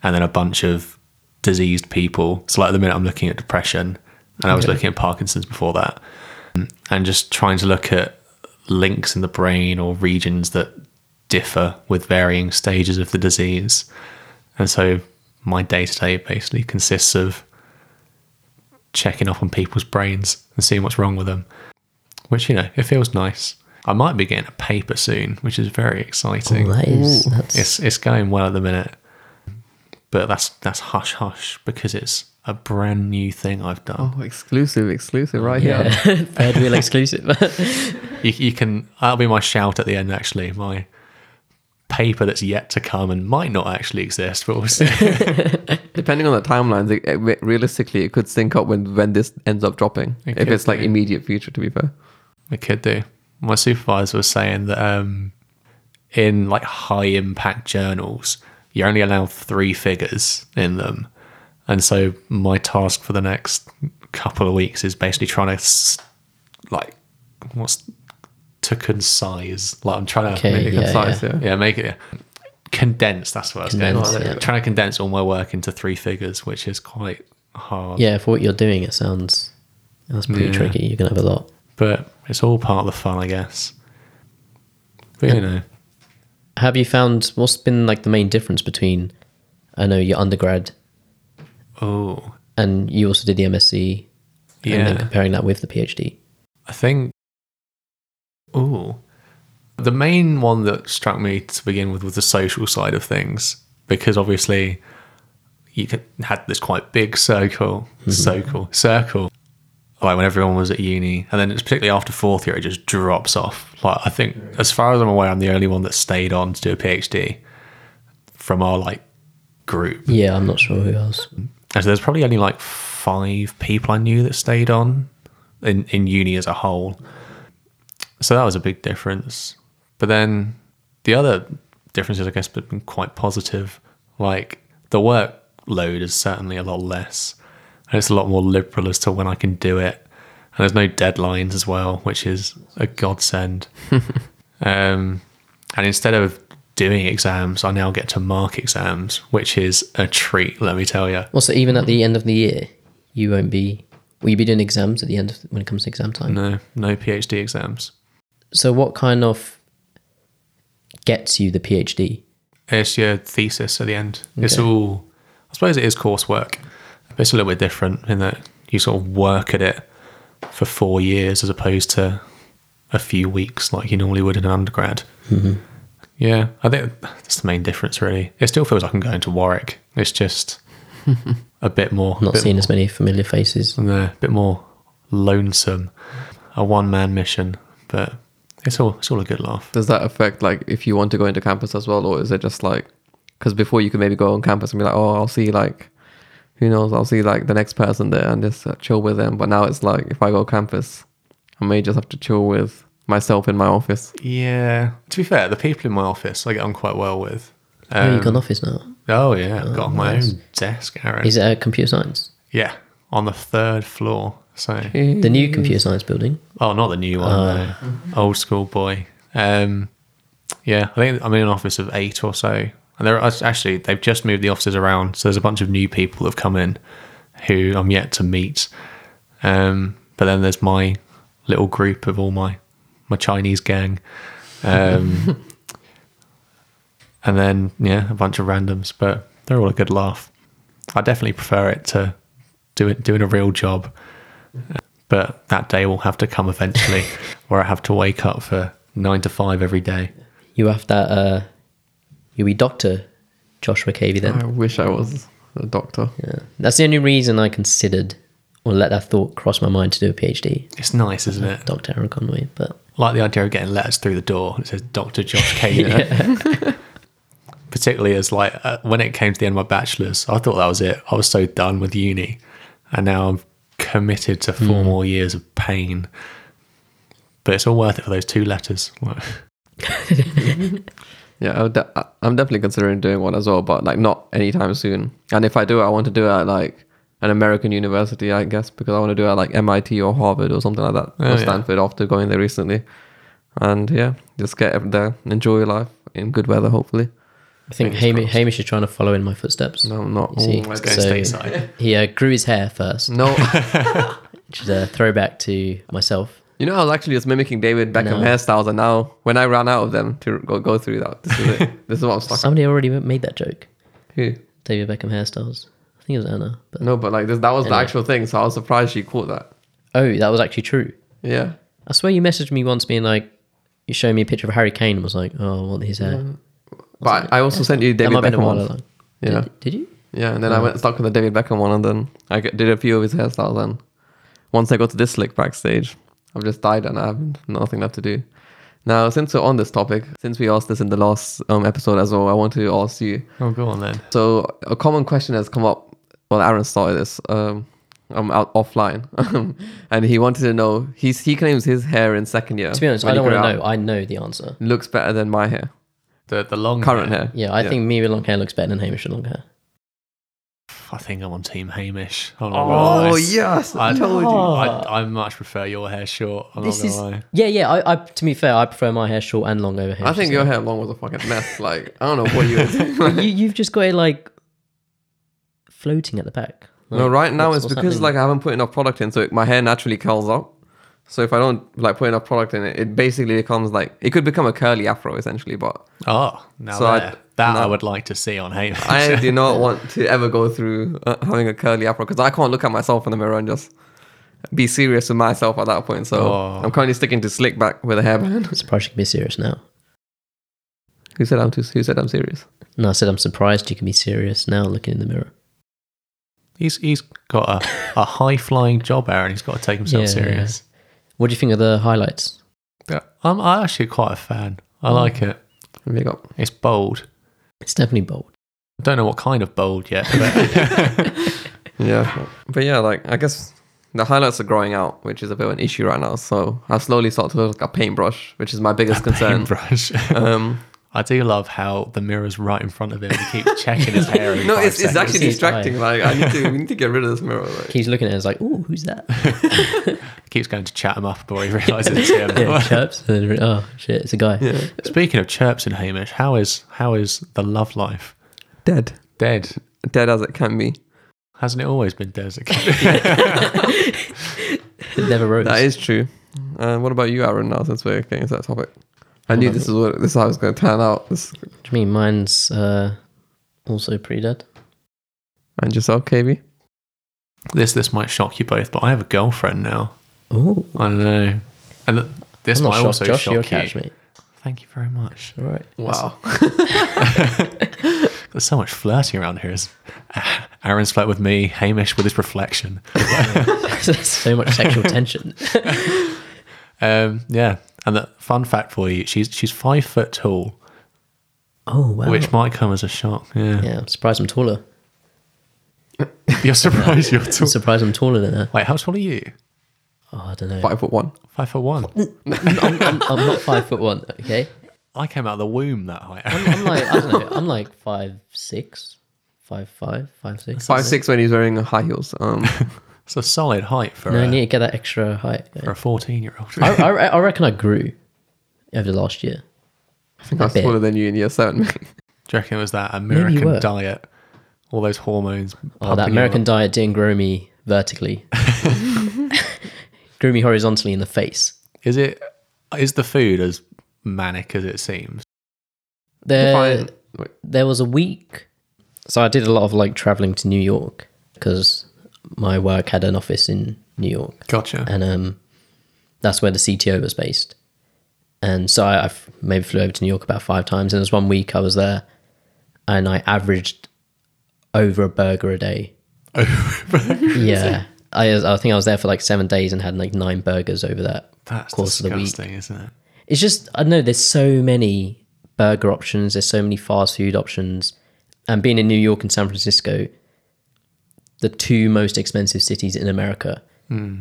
B: and then a bunch of diseased people. So, like, at the minute, I'm looking at depression and I was looking at Parkinson's before that and just trying to look at links in the brain or regions that differ with varying stages of the disease. And so my day to day basically consists of checking up on people's brains and seeing what's wrong with them, which, you know, it feels nice. I might be getting a paper soon, which is very exciting.
C: Well, that is that's
B: It's it's going well at the minute, but that's that's hush hush because it's a brand new thing I've done.
A: Oh, exclusive, exclusive right here.
C: yeah. third wheel exclusive.
B: You, you can that'll be my shout at the end. Actually, my paper that's yet to come and might not actually exist, but we'll see.
A: Depending on the timelines, it, it- realistically, it could sync up when, when this ends up dropping.
B: It
A: if
B: could
A: it's like
B: do.
A: immediate future, to be fair.
B: it could do. My supervisor was saying that um, in like high impact journals, you're only allowed three figures in them, and so my task for the next couple of weeks is basically trying to s- like what's to concise. Like I'm trying to
C: Okay,
B: make it
C: yeah,
B: concise.
A: yeah.
B: Yeah. make it condense. That's what I was
C: Condense,
B: going.
C: yeah.
B: Trying to condense all my work into three figures, which is quite hard.
C: yeah, for what you're doing, it sounds that's pretty
B: Yeah.
C: tricky. You're gonna have a lot.
B: But it's all part of the fun, I guess. But you know.
C: Have you found what's been like the main difference between I know your undergrad
B: Oh,
C: and you also did the MSc and then
B: yeah.
C: comparing that with the PhD?
B: I think. Oh, the main one that struck me to begin with was the social side of things, because obviously, you could, had this quite big circle, circle, circle. Like when everyone was at uni, and then it's particularly after fourth year, it just drops off. Like I think, as far as I'm aware, I'm the only one that stayed on to do a PhD from our like group.
C: Yeah, I'm not sure who else.
B: And so there's probably only like five people I knew that stayed on in, in uni as a whole. So that was a big difference. But then the other differences, I guess, have been quite positive. Like the workload is certainly a lot less, and it's a lot more liberal as to when I can do it. And there's no deadlines as well, which is a godsend. um, and instead of doing exams, I now get to mark exams, which is a treat, let me tell you.
C: Also, even at the end of the year, you won't be. Will you be doing exams at the end of, when it comes to exam time?
B: No, no PhD exams.
C: So, what kind of gets you the PhD?
B: It's your thesis at the end. It's
C: Okay.
B: all, I suppose it is coursework, but it's a little bit different in that you sort of work at it for four years as opposed to a few weeks like you normally would in an undergrad.
C: Mm-hmm.
B: Yeah, I think that's the main difference, really. It still feels like I'm going to Warwick. It's just a bit more.
C: Not
B: bit
C: seeing as many familiar faces.
B: and they're a bit more lonesome. A one man mission, but it's all it's all a good laugh.
A: Does that affect like if you want to go into campus as well, or is it just like because before you could maybe go on campus and be like, oh, I'll see like who knows, I'll see like the next person there and just uh, chill with them. But now it's like if I go campus, I may just have to chill with myself in my office.
B: Yeah. To be fair, the people in my office I get on quite well with.
C: oh, you've
B: Um,
C: got an office now.
B: oh yeah, I've got my
C: nice.
B: own desk, Aaron.
C: Is it a computer science?
B: yeah, on the third floor. So
C: The new computer science building.
B: Oh, not the new one. no. Old school boy. Um, yeah, I think I'm in an office of eight or so, and there are actually they've just moved the offices around, so there's a bunch of new people that've come in who I'm yet to meet. Um, but then there's my little group of all my my Chinese gang, um, and then yeah, a bunch of randoms, but they're all a good laugh. I definitely prefer it to doing doing a real job but that day will have to come eventually where I have to wake up for nine to five every day.
C: You have that. Uh, you'll be Doctor Joshua Cavey then.
A: I wish I was a doctor.
C: Yeah. That's the only reason I considered or let that thought cross my mind to do a PhD,
B: It's nice, isn't it?
C: Dr. Aaron Conway. But
B: Like the idea of getting letters through the door. It says Dr. Josh Kaner. particularly as like uh, when it came to the end of my bachelor's, I thought that was it. I was so done with uni, and now I'm committed to
A: Hmm.
B: four more years of pain. But it's all worth it for those two letters. Like,
A: Yeah, I would de- I- I'm definitely considering doing one as well, but like not anytime soon. And if I do, I want to do it at like an American university, I guess, because I want to do it at like MIT or Harvard or something like that,
B: Oh, yeah.
A: or Stanford after going there recently. And yeah, just get up there, enjoy your life in good weather, hopefully.
C: I think Hamish, Hamish is trying to follow in my footsteps.
A: No, I'm not.
C: You see?
A: Oh, my
B: let's
A: God.
B: go
C: So-
B: stateside.
C: He uh, grew his hair first,
A: No,
C: which is a throwback to myself.
A: you know, I was actually just mimicking David Beckham
C: No.
A: hairstyles, and now when I ran out of them to go, go through that, this is it. this is what I'm stuck on.
C: Somebody already made that joke.
A: Who?
C: David Beckham hairstyles. I think it was Anna. But
A: No, but like this, that was the
C: Anyway.
A: actual thing, so I was surprised she caught that.
C: oh, that was actually true.
A: Yeah.
C: I swear you messaged me once being like, you showed me a picture of Harry Kane and was like, oh, I want his hair.
A: But I also sent you
C: that
A: David
C: might have been a
A: Beckham
C: while
A: one.
C: ago.
A: Yeah.
C: Did, did you?
A: Yeah, and then I went stuck with the David Beckham one, and then I g- did a few of his hairstyles. And once I got to this slick backstage, I've just died and I have nothing left to do. Now, since we're on this topic, since we asked this in the last um, episode as well, I want to ask you.
B: Oh, go on then.
A: So, a common question has come up. Well, Aaron started this. Um, I'm out offline, and he wanted to know. He's he claims his hair in second year.
C: To be honest,
A: when
C: I don't
A: he
C: want
A: grew
C: to
A: out,
C: know. I know the answer.
A: Looks better than my hair,
B: The the long
A: current
B: hair.
A: hair.
C: Yeah, I
A: Yeah.
C: think me with long hair looks better than Hamish with long hair.
B: I think I'm on Team Hamish. I'm not gonna
A: Oh
B: lie.
A: yes, I
B: I-
A: told you.
B: I, I much prefer your hair short. I'm
C: This
B: not
C: is
B: gonna lie.
C: yeah, yeah. I, I to be fair, I prefer my hair short and long over Hamish's.
A: I think your hair long was a fucking mess. Like I don't know what you were doing.
C: you, you've just got it like floating at the back.
A: no,
C: Like,
A: right now
C: what's-
A: it's
C: what's
A: because
C: happening?
A: like I haven't put enough product in, so it, my hair naturally curls up. So if I don't like put enough product in it, it basically becomes like it could become a curly afro essentially. But
B: Oh, now
A: So I-
B: there. that
A: no.
B: I would like to see on Hamish.
A: I do not want to ever go through uh, having a curly afro because I can't look at myself in the mirror and just be serious with myself at that point. So
B: Oh.
A: I'm currently sticking to slick back with a hairband.
C: I'm surprised you can be serious now.
A: who said I'm too? Who said I'm serious?
C: No, I said I'm surprised you can be serious now looking in the mirror.
B: he's he's got a, a high flying job, Aaron. He's got to take himself
C: Yeah.
B: serious.
C: What do you think of the highlights?
B: I'm, I'm actually quite a fan.
C: Mm.
B: I like it.
A: Big up.
B: It's bold.
C: It's definitely bold.
B: I don't know what kind of bold yet. But
A: Yeah. But yeah, like I guess the highlights are growing out, which is a bit of an issue right now. So I slowly start to look like a paintbrush, which is my biggest concern.
B: paintbrush.
A: Um,
B: I do love how the mirror's right in front of him. He keeps checking his hair. every
A: no,
B: five
A: it's, it's
B: seconds.
A: actually
C: It's
A: distracting. Like I need to, we need to get rid of this mirror. Like.
C: He's looking at it it's like, ooh, who's that?
B: keeps going to chat him up before he realizes it's him.
C: yeah, chirps. Oh shit, it's a guy.
A: Yeah.
B: Speaking of chirps in Hamish, how is how is the love life
A: Dead,
B: dead?
A: dead as it can be.
B: Hasn't it always been dead?
C: It never rose.
A: That is true. Uh, what about you, Aaron? Now since we're getting to that topic, I knew this is what this is how it's going to turn out. This
C: What do you mean? Mine's uh, also pretty dead.
A: and yourself, KB.
B: This this might shock you both, but I have a girlfriend now.
C: Oh,
B: I don't know, and th- this
C: I'm
B: might
C: not shocked.
B: also
C: Josh,
B: shock
C: you'll
B: you.
C: catch me.
B: Thank you very much.
C: All right.
A: Wow.
B: There's so much flirting around here. It's- Aaron's flirt with me, Hamish with his reflection.
C: so much sexual tension.
B: Um, yeah, and the fun fact for you, she's she's five foot tall,
C: Oh wow.
B: which might come as a shock. Yeah,
C: yeah, I'm surprised I'm taller.
B: you're surprised you're
C: I'm
B: tall.
C: surprised I'm taller than her.
B: Wait, how tall are you?
C: Oh, I don't know.
A: Five foot one.
B: Five foot one.
C: I'm, I'm, I'm not five foot one. Okay.
B: I came out of the womb that height.
C: I'm like I don't know. I'm like five six, five five, five six.
A: Five six when he's wearing high heels. Um,
B: It's a solid height for,
C: No, I
B: a,
C: need to get that extra height.
B: for a 14 year old.
C: I, I, I reckon I grew over the last year.
A: I think I'm
C: bit.
A: taller than you in year seven.
B: Do you reckon it was that
C: you
B: American
C: were.
B: diet? All those hormones.
C: Oh, that
B: pumping you
C: American
B: up.
C: diet didn't grow me vertically. grew me horizontally in the face.
B: Is it? Is the food as manic as it seems?
C: There,
A: Fine. Wait.
C: there was a week. So I did a lot of like traveling to New York because my work had an office in New York.
B: Gotcha.
C: and um, that's where the CTO was based. And so I, I f- maybe flew over to New York about five times, and there was one week I was there, and I averaged over a burger a day. yeah, I, I think I was there for like seven days and had like nine burgers over that
B: That's
C: course of the week.
B: disgusting, isn't it?
C: It's just I don't know there's so many burger options. There's so many fast food options. And being in New York and San Francisco, the two most expensive cities in America,
B: Hmm.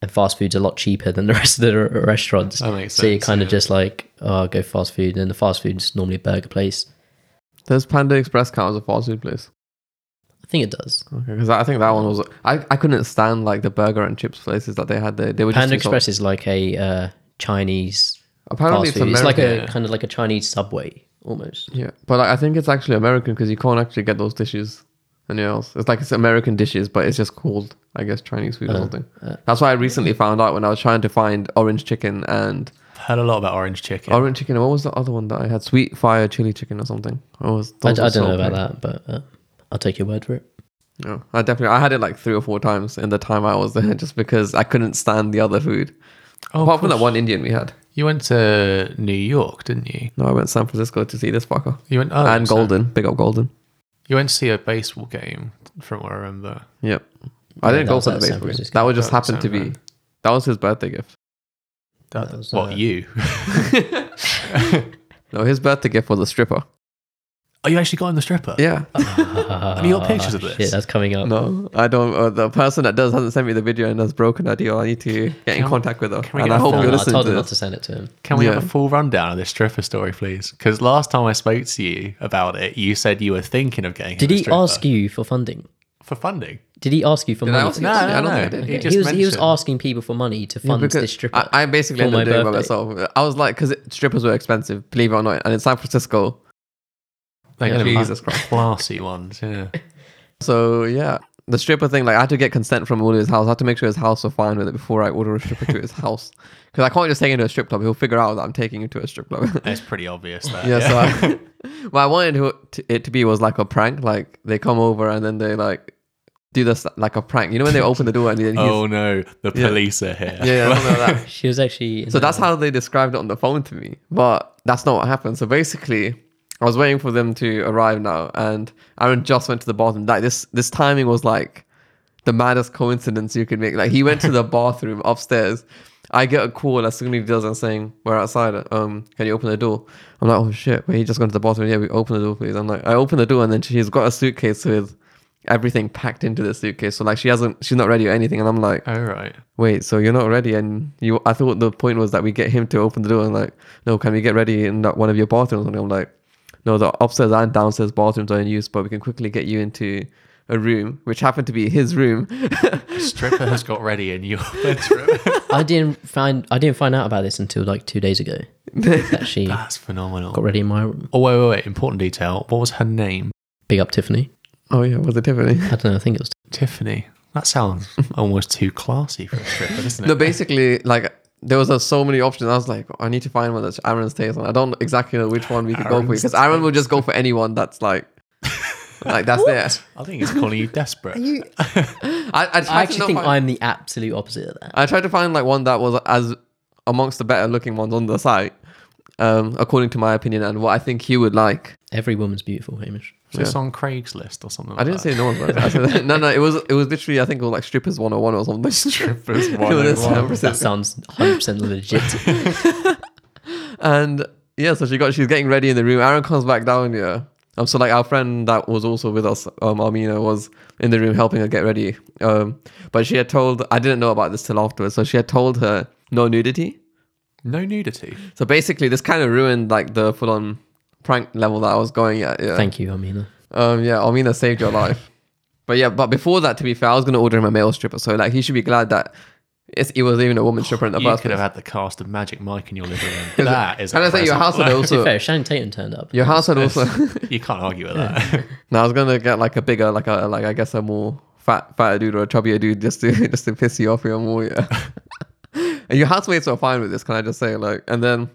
C: and fast food's a lot cheaper than the rest of the r- restaurants.
B: That makes
C: so you're
B: sense,
C: kind of
B: yeah.
C: just like, oh, go fast food. And the fast food's normally a burger place.
A: Does Panda Express count as a fast food place?
C: I think it does.
A: Okay, because I think that one was I, I couldn't stand like the burger and chips places that they had there. They were
C: Panda
A: just too salt-
C: Express is like a uh, Chinese
A: Apparently,
C: fast
A: it's
C: food. It's like
A: American.
C: a kind of like a Chinese subway almost.
A: yeah, but like, I think it's actually American because you can't actually get those dishes anywhere else. It's like it's American dishes, but it's just called I guess Chinese food or
C: Uh,
A: something. That's why I recently found out when I was trying to find orange chicken and
B: I've heard a lot about orange chicken.
A: orange chicken. and What was the other one that I had? Sweet fire chili chicken or something. Oh, was,
C: I, I don't know about that, but uh, I'll take your word for it.
A: No, I definitely I had it like three or four times in the time I was there just because I couldn't stand the other food.
B: oh,
A: Apart
B: of
A: from that
B: course.
A: one Indian we had.
B: You went to New York, didn't you?
A: No, I went to San Francisco to see this fucker.
B: You went oh,
A: and
B: so-
A: Golden. Big up Golden.
B: You went to see a baseball game, from what I remember.
A: Yep. I
C: Yeah,
A: didn't
C: that
A: go
C: was
A: for the
C: at San
A: baseball game.
C: Francisco.
A: That would just
B: That was
A: happened to
B: San
A: be.
B: Fran.
A: That was his birthday gift.
B: That,
C: That was,
B: what
C: uh,
B: you?
A: No, his birthday gift was a stripper.
B: Oh, you actually got in the stripper?
A: Yeah.
C: Have
B: you got pictures of this?
C: Ah, Shit, that's coming up.
A: No, I don't. Uh, the person that does hasn't sent me the video and has broken her deal. I need to get in
B: Can-
A: contact with her.
B: can we
A: And
B: get
A: I
B: a
A: hope
C: No,
B: phone
A: you
C: no, I
A: listen
C: told
A: to
C: him not to
A: this.
C: send it to him.
B: Can we
A: Yeah.
B: have a full rundown of this stripper story, please? Because last time I spoke to you about it, you said you were thinking of getting.
C: Did
B: him a
C: he
B: stripper
C: ask you for funding?
B: for funding?
C: Did he ask you for
A: Did I
C: money?
A: ask
C: for
A: you?
B: No,
A: Actually, I
B: no,
A: don't
B: no.
A: think I did.
B: He
C: this?
B: just
C: he was he was
B: mentioned-
C: asking people for money to fund this stripper.
A: I, I basically
C: for
A: ended up
C: my
A: doing it by
C: birthday.
A: myself. I was like, because strippers were expensive, believe it or not. And in San Francisco.
B: They're
A: Yeah,
B: gonna be like
A: Jesus Christ.
B: classy ones. Yeah.
A: So, yeah. The stripper thing, like, I had to get consent from all of his house. I had to make sure his house were fine with it before I order a stripper to his house. Because I can't just take him to a strip club. He'll figure out that I'm taking him to a strip club.
B: That's pretty obvious. That,
A: yeah, so I, what I wanted to, to, it to be was like a prank. Like they come over and then they like do this like a prank. You know when they open the door and then he's
B: oh no, the police are here.
A: yeah, yeah, something like that.
C: she was actually. in
A: So
C: the-
A: that's how they described it on the phone to me. But that's not what happened. So basically, I was waiting for them to arrive now, and Aaron just went to the bathroom. Like this, this timing was like the maddest coincidence you could make. Like he went to the bathroom upstairs. I get a call as soon as he does and saying, We're outside. Um, can you open the door? I'm like, Oh shit, wait, he just gone to the bathroom. Yeah, we open the door, please. I'm like, I open the door and then she's got a suitcase with everything packed into the suitcase. So like she hasn't she's not ready or anything. And I'm like,
B: All right.
A: wait, so you're not ready? And you, I thought the point was that we get him to open the door and like, no, can we get ready in that one of your bathrooms? And I'm like, no, the upstairs and downstairs bathrooms are in use, but we can quickly get you into a room, which happened to be his room.
B: Stripper has got ready in your bedroom.
C: I didn't find I didn't find out about this until like two days ago. that she got
B: That's phenomenal.
C: ready in my room.
B: Oh wait, wait, wait. Important detail. What was her name?
C: Big up Tiffany.
A: oh yeah, was it Tiffany?
C: I don't know. I think it was.
B: Tiffany. That sounds almost too classy for a stripper, doesn't it?
A: No, basically, like there was uh, so many options. I was like, I need to find one that's Aaron's taste, and I don't exactly know which one we could go for
B: Aaron's
A: because Aaron will just go for anyone that's like, like that's there.
B: I think it's calling you desperate.
A: I, I, tried
C: I
A: to
C: actually think
A: find,
C: I'm the absolute opposite of that.
A: I tried to find like one that was as amongst the better looking ones on the site, um, according to my opinion and what I think he would like.
C: Every woman's beautiful, Hamish.
B: So it's on Craigslist or something.
A: I didn't say no one's right. I said, no, no, it was it was literally I think it was like strippers 101 or something. Strippers
C: That sounds 100% legit.
A: And yeah, so she got she's getting ready in the room. Aaron comes back down here. Um, so like our friend that was also with us, um, Armina, was in the room helping her get ready. Um, but she had told I didn't know about this till afterwards. So she had told her no nudity.
B: No nudity.
A: So basically, this kind of ruined like the full on prank level that I was going at. Yeah.
C: Thank you, Amina.
A: Um, yeah, Armina saved your life. But yeah, but before that, to be fair, I was gonna order him a male stripper, so like he should be glad that it's, it was even a woman stripper in the
B: You
A: first
B: could
A: place.
B: have had the cast of Magic Mike in your living room. that is.
A: Can
B: a
A: I say your
B: present.
A: house had
C: To be
A: also
C: fair, Shannon Tatum turned up.
A: your house had also?
B: You can't argue with that.
A: no, I was gonna get like a bigger, like a like I guess a more fat fatter dude or a chubbier dude just to just to piss you off even more. Yeah. and your housemates were fine with this. Can I just say like and then.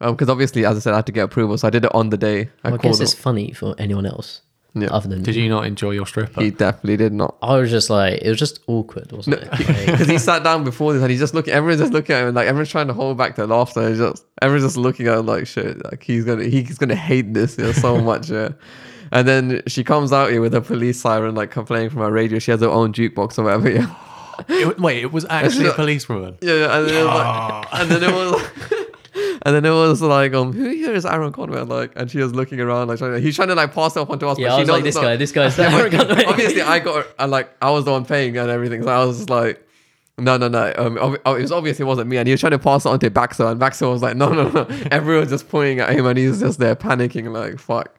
A: Because obviously, as I said, I had to get approval, so I did it on the day. I
C: Well, I
A: called
C: guess
A: him.
C: it's funny for anyone else
A: Yeah.
C: other than
B: Did you not enjoy your stripper?
A: He definitely did not.
C: I was just like, it was just awkward, wasn't it? Like,
A: because he sat down before this and he's just looking. Everyone's just looking at him, and like everyone's trying to hold back their laughter. It's just everyone's just looking at him like shit. Like he's gonna he's gonna hate this you know, so much. Yeah. And then she comes out here with a police siren, like complaining from her radio. She has her own jukebox or whatever. Yeah.
B: It- wait, it was actually a
A: not-
B: policewoman.
A: Yeah. yeah, And then, it was like, and then it was. And then it was like, um, who here is Aaron Conway? Like, and she was looking around, like, trying to, he's trying to like pass it off onto us.
C: Yeah,
A: but
C: I
A: she
C: was
A: knows
C: like,
A: it's
C: this
A: not-
C: guy, this guy's
A: Yeah,
C: Aaron
A: but
C: Conway.
A: Obviously, I got I like I was the one paying and everything, so I was just like, no, no, no. Um, ob- oh, it was obvious it wasn't me, and he was trying to pass it on to Baxter, and Baxter was like, no, no, no. Everyone's just pointing at him, and he's just there panicking, like fuck.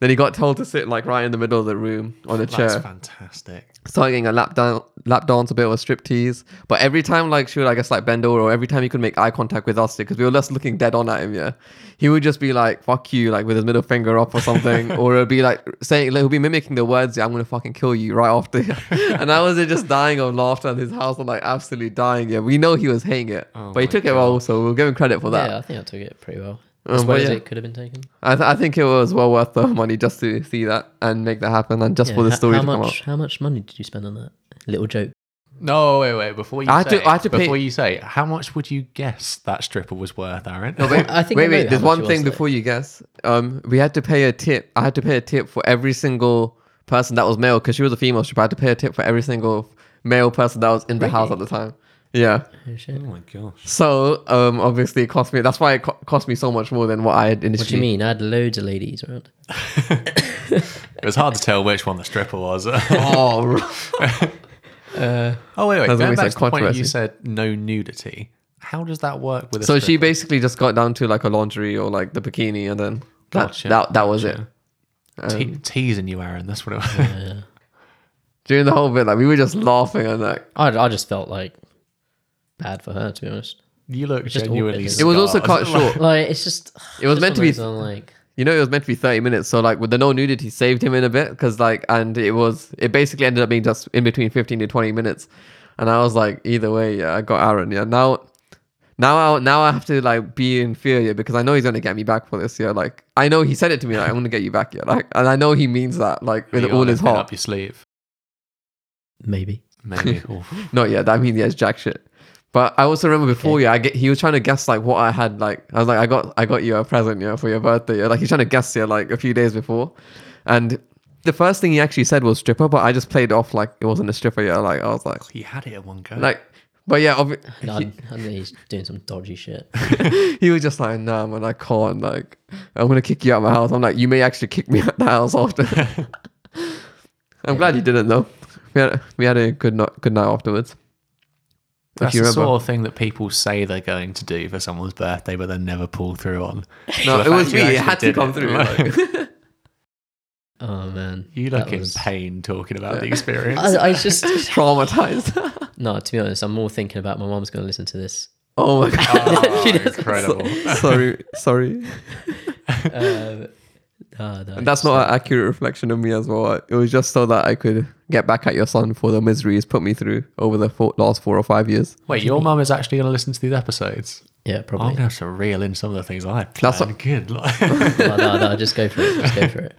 A: Then he got told to sit like right in the middle of the room on a
B: That's
A: chair,
B: fantastic.
A: starting a lap down, lap dance, a bit of a striptease. But every time like she would, I guess, like bend over, or every time he could make eye contact with us, because we were just looking dead on at him, yeah. He would just be like, "Fuck you," like with his middle finger up or something, or it'd be like saying, like, he'll be mimicking the words, "Yeah, I'm gonna fucking kill you" right after. and I was just dying of laughter at his house, and like absolutely dying. Yeah, we know he was hating it,
B: Oh
A: but he
B: my
A: took it well, so we'll give him credit for that.
C: Yeah, I think I took it pretty well.
A: Um,
C: As
A: but
C: well as
A: yeah.
C: it could have been taken.
A: I, th- I think it was well worth the money just to see that and make that happen, and just
C: Yeah,
A: for the
C: how-
A: story
C: how
A: to come up.
C: much, How much money did you spend on that? Little joke.
B: No, wait, wait. Before you
A: I had
B: say,
A: to- I had to pay-
B: before you say, how much would you guess that stripper was worth, Aaron?
A: No, wait,
C: I think I
A: wait,
C: know
A: wait.
C: how
A: There's
C: much
A: one
C: it
A: thing
C: was, though.
A: before you guess. Um, we had to pay a tip. I had to pay a tip for every single person that was male because she was a female stripper. I had to pay a tip for every single male person that was in the house at the time. Yeah.
C: Oh, shit.
B: Oh my gosh.
A: So um, obviously it cost me. That's why it co- cost me so much more than what I had initially.
C: What do you mean? I had loads of ladies around.
B: It was hard to tell which one the stripper was. oh,
A: Oh, right.
B: wait, wait.
A: That's
B: Going
A: always,
B: back
A: like,
B: to the point
A: controversy.
B: you said no nudity. How does that work with a
A: so she
B: stripper?
A: basically just got down to like a laundry or like the bikini, and then that
B: Gotcha,
A: that, that was it. um,
B: Te- teasing you, Aaron? That's what it was.
A: During the whole bit, like we were just laughing and like
C: I, I just felt like bad for her, to be honest.
B: You look
C: just
B: genuinely.
C: awkward.
A: it was also
B: scarred.
A: cut short.
C: Like it's just.
A: It was
C: just
A: meant to
C: one
A: be
C: of those, I'm like
A: you know it was meant to be 30 minutes so like with the no nudity saved him in a bit because like and it was it basically ended up being just in between 15 to 20 minutes and i was like either way yeah i got aaron yeah now now I, now I have to like be in fear yeah, because I know he's gonna get me back for this yeah like I know he said it to me like I'm gonna get you back yeah like and I know he means that like with
B: You
A: all
B: gotta
A: his
B: pin
A: heart
B: Up your sleeve,
C: maybe.
B: maybe. Oof.
A: no, yeah, that means yeah, it's jack shit. But I also remember before, yeah, I get, he was trying to guess like what I had. Like I was like, I got, I got you a present, yeah, for your birthday. Yeah. Like he's trying to guess, yeah, like a few days before. And the first thing he actually said was stripper, but I just played off like it wasn't a stripper. Yeah, like I was like,
B: He had it at one go.
A: like, but yeah, obvi-
C: No, I, I think he's doing some dodgy shit.
A: he was just like, nah, man, I can't. Like, I'm gonna kick you out of my house. I'm like, you may actually kick me out the house after. I'm glad you didn't though. We had we had a good night, good night afterwards.
B: That's
A: you
B: the
A: remember.
B: sort of thing that people say they're going to do for someone's birthday, but then never pull through on. So
A: No,
B: the
A: it was
B: fact you
A: me. It
B: actually
A: had to
B: did
A: come through. like-
C: Oh man,
B: you
C: that
B: look in
C: was-
B: pain talking about the experience.
C: I, I just
A: traumatized.
C: no. To be honest, I'm more thinking about my mom's going to listen to this.
A: oh my god.
B: Oh,
C: She doesn't-
B: incredible.
A: sorry, sorry.
C: Um, ah, no,
A: That's not an accurate reflection of me as well. It was just so that I could get back at your son for the misery he's put me through over the four, last four or five years.
B: Wait, your mum is actually going to listen to these episodes.
C: yeah,
B: I'm going
C: probably.
B: to have to reel in some of the things I planned.
A: That's
B: That's good. Hello,
C: no, no, no, just go for it. Just go for it.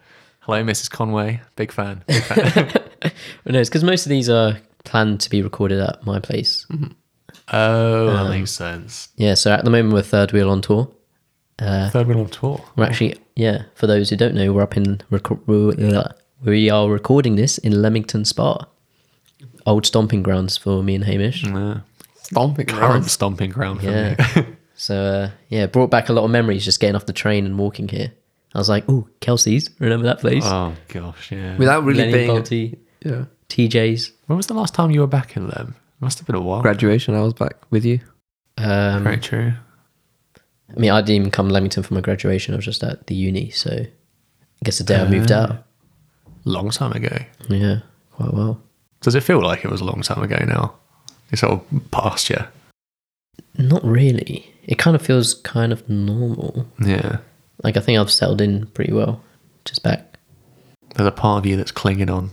B: Mrs. Conway. Big fan.
C: But no, it's because most of these are planned to be recorded at my place.
B: Oh,
A: Um,
B: that makes sense.
C: Yeah, so at the moment we're third wheel on tour.
B: Third one on tour.
C: We're actually yeah. For those who don't know, we're up in reco- we're- uh, we are recording this in Leamington Spa, old stomping grounds for me and Hamish.
B: Yeah.
A: Stomping
B: Current
A: grounds.
B: stomping ground for me.
C: Yeah. so uh, yeah, brought back a lot of memories just getting off the train and walking here. I was like, oh, Kelsey's, remember that place?
B: Oh, gosh, yeah.
A: Without really
C: Lenny
A: being.
C: Bolte,
A: Yeah.
C: TJ's.
B: When was the last time you were back in them? Must have been a while.
A: Graduation, I was back with you.
C: Um,
B: Very true.
C: I mean, I didn't even come to Leamington for my graduation. I was just at the uni, so I guess the day I moved
A: Ah.
C: out.
B: Long time ago.
C: Yeah, quite well.
B: Does it feel like it was a long time ago now? It's all past you.
C: Not really. It kind of feels kind of normal.
B: Yeah.
C: Like I think I've settled in pretty well, just back.
B: There's a part of you that's clinging on,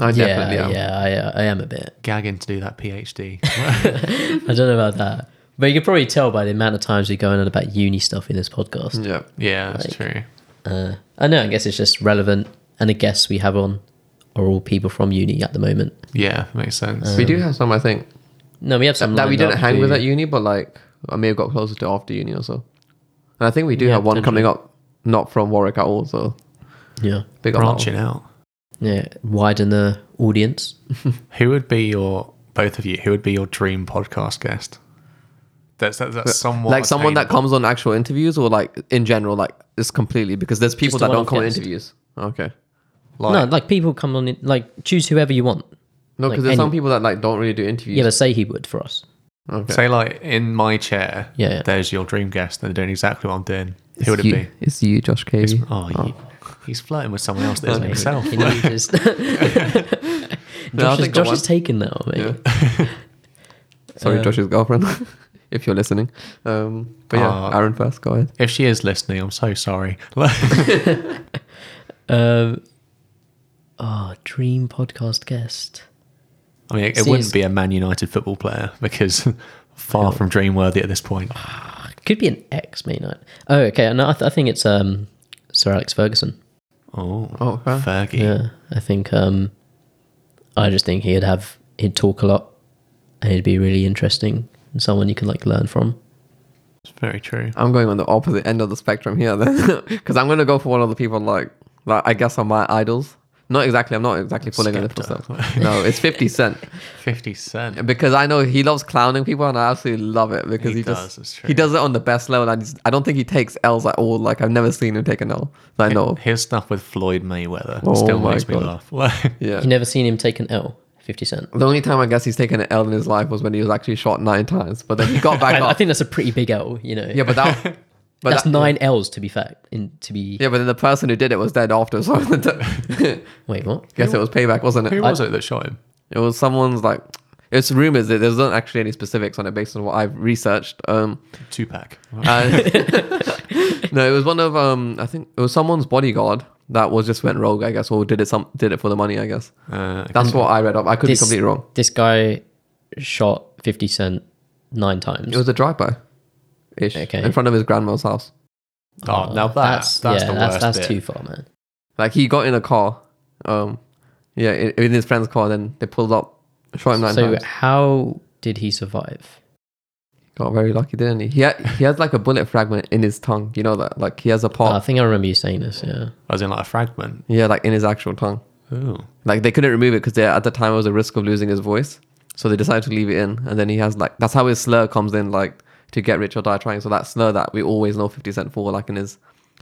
A: I definitely
C: yeah,
A: am.
C: yeah, I, I am a bit.
B: gagging to do that PhD.
C: I don't know about that, but you can probably tell by the amount of times we go on about uni stuff in this podcast.
A: Yeah.
B: yeah, that's true.
A: Mm.
C: Uh, I know. I guess it's just relevant, and the guests we have on are all people from uni at the moment.
B: Yeah, makes sense.
A: we do have some, I think,
C: No, we have some
A: that we
C: lined
A: didn't
C: up
A: hang
C: who-
A: with at uni, but like I may have got closer to after uni or so. And I think we do
C: Yeah,
A: have one coming up, not from Warwick at all. So
C: Yeah,
A: big up. that one.
B: Branching out.
C: yeah, widen the audience.
B: Who would be your both of you? Who would be your dream podcast guest? That's that's, that's somewhat
A: like someone that
B: attainable.
A: comes on actual interviews or like in general, like it's completely because there's people
C: Just a
A: that don't
C: one-off
A: come on
C: guest.
A: interviews. Okay.
C: no,
B: like,
C: like people come on, in, like choose whoever you want.
A: No,
C: Like
A: because there's some
C: any-
A: people that like don't really do interviews.
C: Yeah, but say he would for us.
A: okay.
B: say like in my chair.
C: Yeah, yeah.
B: There's your dream guest, and they're doing exactly what I'm doing. Who would it
A: you,
B: be?
A: It's you, Josh Uh,
B: He's,
A: Cavey.
B: oh, he- he's flirting with someone else that isn't
C: Mate,
B: himself.
C: You know, you just- Josh, is,
A: think I
C: Josh
A: won.
C: is taken now, mate.
A: Sorry,
C: Um,
A: Josh's girlfriend, if you're listening. Um, but yeah,
B: Aw.
A: Aaron first. Go ahead.
B: If she is listening, I'm so sorry.
C: Um, oh, dream podcast guest.
B: I mean, it, it
C: See, it's-
B: wouldn't be a Man United football player because far from dream worthy at this point.
C: Could be an ex, mate. not- Oh, okay. No, I, th- I think it's um, Sir Alex Ferguson.
B: Oh,
A: Oh, fair.
B: Fergie.
C: Yeah, I think um, I just think he'd have he'd talk a lot, and he'd be really interesting and someone you can like learn from.
B: It's very true.
A: I'm going on the opposite end of the spectrum here, then, because I'm going to go for one of the people like, like I guess are my idols. Not exactly. I'm not exactly pulling in the
B: Skepta.
A: footsteps. No, it's Fifty Cent
B: 50 Cent.
A: because I know he loves clowning people, and I absolutely love it because he,
B: He
A: just
B: does, it's true.
A: he does it on the best level. And he's- I don't think he takes L's at all. Like I've never seen him take an L. That I know. of.
B: His stuff with Floyd Mayweather
A: Oh
B: still
A: my
B: makes me
A: God.
B: laugh. Like,
A: Yeah.
C: You never seen him take an L, Fifty Cent.
A: The only time I guess he's taken an L in his life was when he was actually shot nine times, but then he got back
C: I,
A: up.
C: I think that's a pretty big L, you know.
A: yeah, but that. But
C: that's
A: that-
C: nine L's to be fact. In to be
A: Yeah, but then the person who did it was dead after. So
C: wait, what?
A: guess it was payback, wasn't it?
B: who was it that shot him?
A: It was someone's like it's rumors. That there's not actually any specifics on it based on what I've researched. Um,
B: Tupac. Uh,
A: and Uh, no, it was one of um, I think it was someone's bodyguard that was just went rogue, I guess, or did it some did it for the money, I guess.
B: Uh, okay.
A: That's what I read up. I could be completely wrong.
C: Mm. This guy shot Fifty Cent nine times.
A: It was a drive-by, ish,
C: Okay.
A: in front of his grandma's house.
B: Oh, now that- that's the worst
C: Uh, that's
B: bit.
C: too far, man.
A: Like he got in a car, um, yeah, in, in his friend's car. Then they pulled up, shot him nine
C: so
A: times.
C: how did he survive?
A: Got very lucky, didn't he? He had, he has like a bullet fragment in his tongue. You know that, like he has a
C: Oh, I
A: part,
C: think I remember you saying this. Yeah,
B: I was in like a fragment.
A: yeah, like in his actual tongue.
B: Ooh.
A: Like they couldn't remove it because at the time it was a risk of losing his voice, so they decided to leave it in. And then he has like that's how his slur comes in, like to get rich or die trying. So that slur that we always know Fifty Cent for, like in his,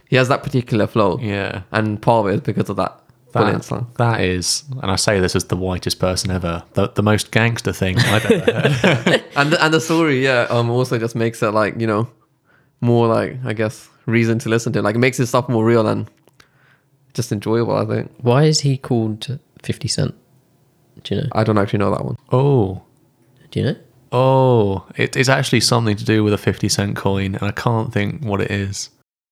A: he has that particular flow,
B: Yeah.
A: and part of it is because of that, bullet in
B: That,
A: his tongue.
B: that is, and I say this as the whitest person ever, the, the most gangster thing I've ever heard.
A: And the, and the story, yeah, um, also just makes it like you know, more like I guess reason to listen to. Like it makes his stuff more real and just enjoyable. I think.
C: why is he called Fifty Cent? Do you know?
A: I don't actually know that one.
B: Oh,
C: Do you know?
B: oh, it, it's actually something to do with a 50 cent coin, and I can't think what it is.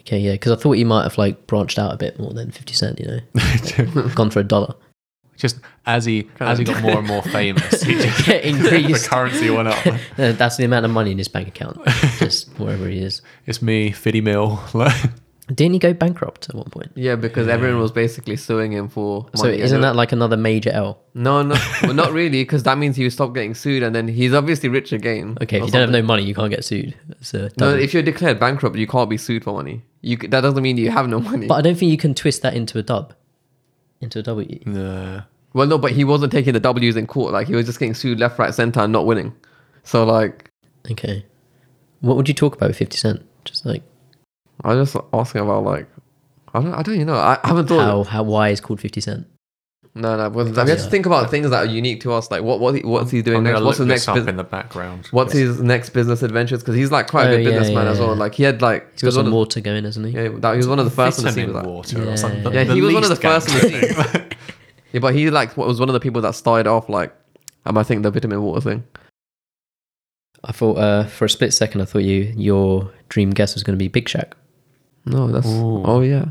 C: Okay, yeah, because I thought he might have like branched out a bit more than Fifty Cent. You know, gone for a dollar.
B: just as he as he got more and more famous, he just,
C: Yeah, increased.
B: the currency went up.
C: Uh, That's the amount of money in his bank account, just wherever he is.
B: It's me, Fiddy Mill.
C: Didn't he go bankrupt at one point?
A: Yeah, because everyone was basically suing him for.
C: So
A: money
C: isn't
A: anyway.
C: that like another major L?
A: No, no, well, not really, because that means he would stop getting sued, and then he's obviously rich again.
C: Okay, if
A: or
C: you don't have
A: something.
C: no money, you can't get sued. That's a
A: No,
C: double.
A: if you're declared bankrupt, you can't be sued for money. You c- that doesn't mean you have no money.
C: but I don't think you can twist that into a dub, into a W.
B: no.
A: well, no, but he wasn't taking the W's in court. Like he was just getting sued left, right, center, and not winning. So like,
C: Okay, what would you talk about with Fifty Cent? Just like
A: I was just asking about like, I don't, I don't, you know, I, I haven't thought.
C: how, how why is called Fifty Cent?
A: No, no, but we have to think about things that are unique to us. Like what, what, he- what's he doing
B: I'm
A: next?
B: gonna look
A: What's his
B: this
A: next?
B: up
A: Bus-
B: in the background.
A: what's his next business adventures? Because he's like quite a
C: Oh,
A: good
C: yeah,
A: businessman
C: yeah,
A: as well.
C: yeah.
A: Like he had like
C: He's
A: he
C: got
A: was one
C: some
A: of,
C: water going, hasn't he?
A: yeah, that, he was one of the first ones to see
B: Vitamin
A: with that.
B: water
C: Yeah.
B: or something.
C: Yeah,
A: he was one of the first
B: least
A: ones to
B: gangster thing.
A: Yeah, but he like was one of the people that started off like, um, I think the vitamin water thing.
C: I thought uh, for a split second, I thought you your dream guest was going to be Big Shack.
A: No, that's
B: Ooh.
A: oh yeah.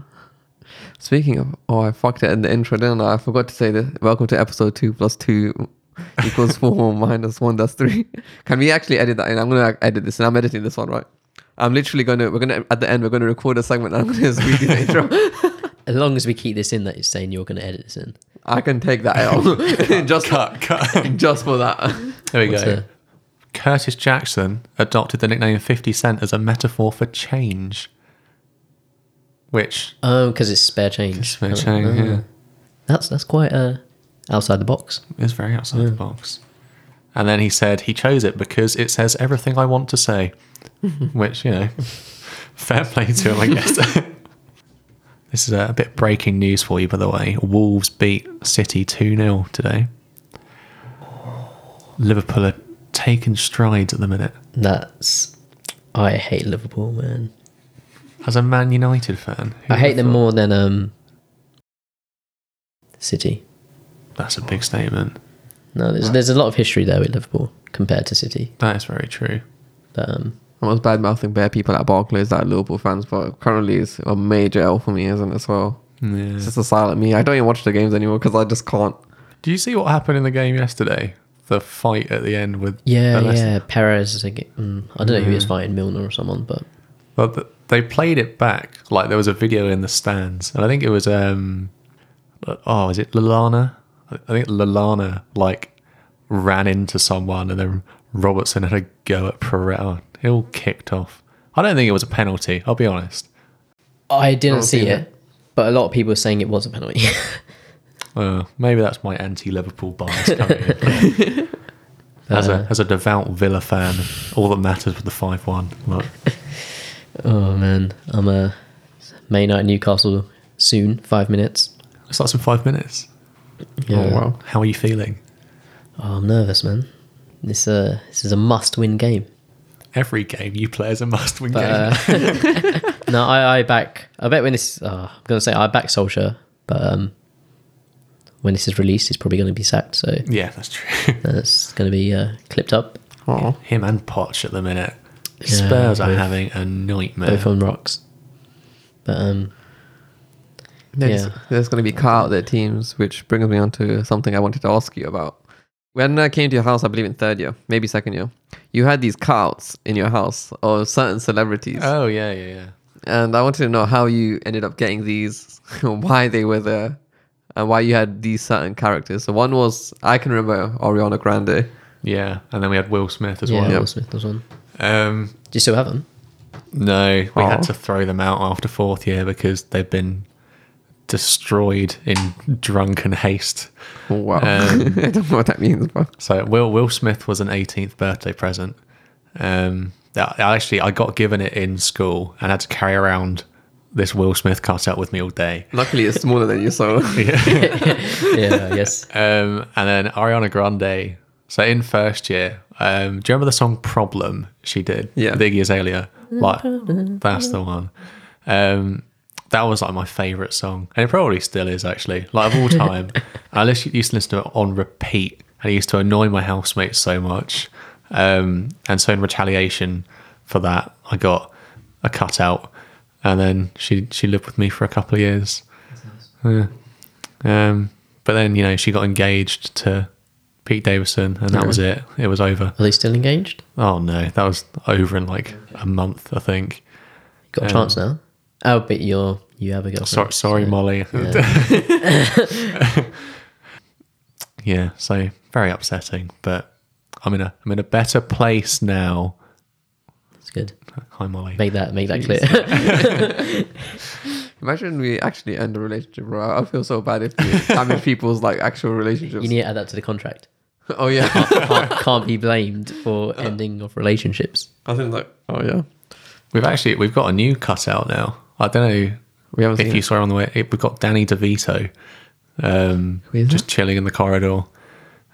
A: Speaking of, oh, I fucked it in the intro, didn't I? I forgot to say this. Welcome to episode two plus two equals four minus one. That's three. Can we actually edit that in? I'm gonna edit this, and I'm editing this one right. I'm literally gonna we're gonna at the end we're gonna record a segment. And I'm gonna just read you the intro.
C: As long as we keep this in, that is saying you're going to edit this in.
A: I can take that out just
B: cut, cut.
A: just for that.
B: There we
C: What's
B: go.
C: that?
B: Curtis Jackson adopted the nickname 50 Cent as a metaphor for change. Which
C: Oh, because it's spare change.
B: spare
C: Oh,
B: change,
C: oh.
B: yeah.
C: That's that's quite uh, outside the box.
B: is very outside the box. And then he said he chose it because it says everything I want to say, which, you know, fair play to him, I guess. this is a bit breaking news for you, by the way. Wolves beat City 2 0 today. Liverpool are taking strides at the minute.
C: That's. I hate Liverpool, man.
B: As a Man United fan, who
C: I hate them
B: thought-
C: more than um. City.
B: That's a big statement.
C: No, there's there's a lot of history there with Liverpool compared to City.
B: That is very true.
C: But um,
A: I was bad mouthing bare people at Barclays that are Liverpool fans, but currently it's a major L for me, isn't it? As well,
B: Yeah.
A: it's just a silent me. I don't even watch the games anymore because I just can't.
B: Do you see what happened in the game yesterday? The fight at the end with
C: yeah,
B: Palace?
C: yeah, Perez is a g- mm, I don't know who was fighting Milner or someone, but
B: But th- they played it back like there was a video in the stands, and I think it was um, oh, is it Lalana? I I think Lalana like ran into someone, and then Robertson had a go at Pereira. It all kicked off. I don't think it was a penalty. I'll be honest.
C: I didn't
A: I've
C: see
A: seen
C: it. But a lot of people are saying it was a penalty.
B: Uh, maybe that's my anti-Liverpool bias coming in. As
C: Uh.
B: a, as a devout Villa fan, all that matters was the 5 1. Look,
C: oh man, I'm a May night Newcastle soon. Five minutes.
B: it's like some five minutes.
A: Oh wow.
B: How are you feeling?
C: Oh, I'm nervous, man. This uh, this is a must-win game.
B: Every game you play is a must win game.
C: But, uh, no, I, I back. I bet when this, uh, I'm gonna say I back Solskjaer, but um, when this is released, he's probably gonna be sacked. So
B: yeah, that's true.
C: that's gonna be uh, clipped up.
A: Oh,
B: Him and Poch at the minute.
C: Yeah,
B: Spurs are
C: both-
B: having a nightmare.
C: Both on rocks. But um,
A: There's,
C: Yeah.
A: there's going to be car out there teams, which brings me on to something I wanted to ask you about. When I came to your house, I believe in third year, maybe second year, you had these cards in your house or certain celebrities.
B: Oh yeah, yeah, yeah.
A: and I wanted to know how you ended up getting these, why they were there, and why you had these certain characters. So one was, I can remember Ariana Grande.
B: Yeah, and then we had Will Smith as
C: yeah,
B: well.
C: Will Smith was on.
B: Um,
C: Do you still have him?
B: no, we
A: Aw.
B: had to throw them out after fourth year because they've been destroyed in drunken haste.
A: Wow,
B: Um,
A: I don't know what that means, but
B: So Will Will Smith was an 18th birthday present. Um, that- I actually I got given it in school and had to carry around this Will Smith card out with me all day.
A: luckily it's smaller than you, so
C: Yeah, yes.
B: Um, and then Ariana Grande. So in first year, um, do you remember the song "Problem"? She did.
A: Yeah.
B: with Iggy Azalea. Like that's the one. Um, that was like my favorite song, and it probably still is actually, like of all time. I lis- used to listen to it on repeat, and it used to annoy my housemates so much. Um, and so in retaliation for that, I got a cutout, and then she she lived with me for a couple of years. Yeah. Um, but then you know she got engaged to Pete Davidson, and that was it. It was over.
C: Are they still engaged?
B: Oh no, that was over in like a month, I think.
C: You got a
B: Um,
C: chance now. Oh, but you're you have a girlfriend.
B: Sorry, sorry, Molly.
C: Yeah.
B: yeah, so very upsetting, but I'm in a I'm in a better place now.
C: it's good.
B: Hi, Molly.
C: Make that make that clear.
A: imagine we actually end the relationship, bro. I feel so bad if we damage people's like actual relationships.
C: you need to add that to the contract.
A: oh yeah,
C: Can't, can't be blamed for
B: Uh.
C: ending of relationships.
A: I think like oh yeah,
B: We've actually we've got a new cutout now. I don't know
A: we haven't
B: if
A: seen.
B: you saw it on the way. We've got Danny DeVito, um,
A: Who is
B: just chilling in the corridor.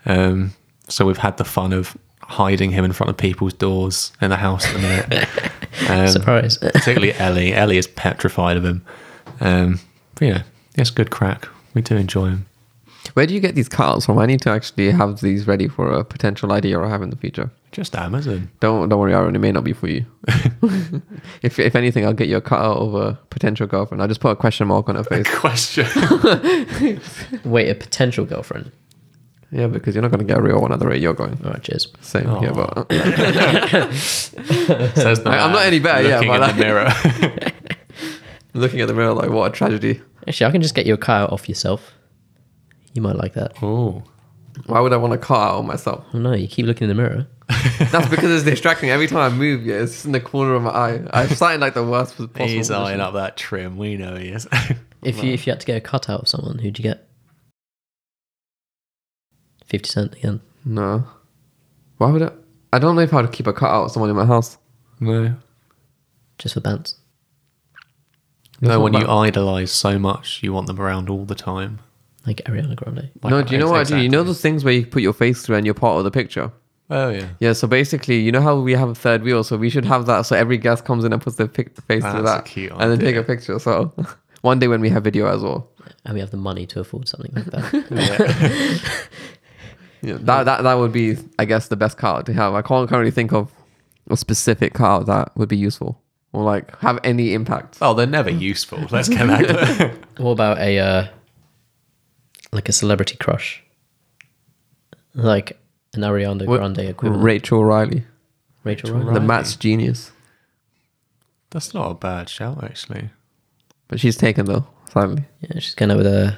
B: Um, so we've had the fun of hiding him in front of people's doors in the house at the minute. Um,
C: Surprise.
B: particularly Ellie. Ellie is petrified of him. Um, but yeah, it's good crack. We do enjoy him.
A: Where do you get these cards from? I need to actually have these ready for a potential idea I have in the future.
B: Just Amazon.
A: Don't don't worry, Aaron. It may not be for you. if if anything, I'll get you a cutout of a potential girlfriend. I'll just put a question mark on her face.
B: Question.
C: Wait, a potential girlfriend.
A: yeah, because you're not gonna get a real one at the rate you're going.
C: All right, cheers.
A: Same. Yeah, but
C: Oh.
B: Says the
A: I-
B: man
A: I'm not any better, yeah,
B: Looking
A: but
B: in
A: like-
B: the mirror.
A: looking at the mirror, like what a tragedy.
C: Actually, I can just get your car off yourself. You might like that.
B: oh,
A: Why would I want a cutout on myself?
C: Oh no, you keep looking in the mirror.
A: That's because it's distracting. Every time I move, yeah, it's just in the corner of my eye. I'm starting like the worst possible.
B: he's eyeing
A: position.
B: up that trim. We know he is.
C: If you if you had to get a cutout of someone, who'd you get? Fifty Cent again.
A: No, Why would I? I don't know if I would keep a cutout of someone in my house.
B: No.
C: just for bands.
B: No,
A: not
B: when you
A: bad.
B: idolize so much, you want them around all the time.
C: Like Ariana Grande.
B: Like,
A: no, do you know what I do? You know
B: exactly.
A: those things where you put your face through and you're part of the picture?
B: Oh, yeah.
A: Yeah, so basically, you know how we have a third wheel, so we should have that. So every guest comes in and puts their pic- face
B: That's
A: through
B: a
A: that,
B: cute
A: and then take a
B: idea.
A: picture. So one day when we have video as well,
C: And we have the money to afford something like that.
A: yeah, that that that would be, I guess, the best card to have. I can't currently think of a specific card that would be useful or like have any impact.
B: Oh, they're never useful. Let's get that.
C: what about a uh, like a celebrity crush? Like an Ariana
A: What-
C: Grande equivalent.
A: Rachel Riley,
C: Rachel
B: Rachel
C: Riley.
A: the
B: Riley.
A: Matt's genius,
B: That's not a bad shout, actually.
A: but she's taken though, sadly.
C: Yeah, she's going out with a.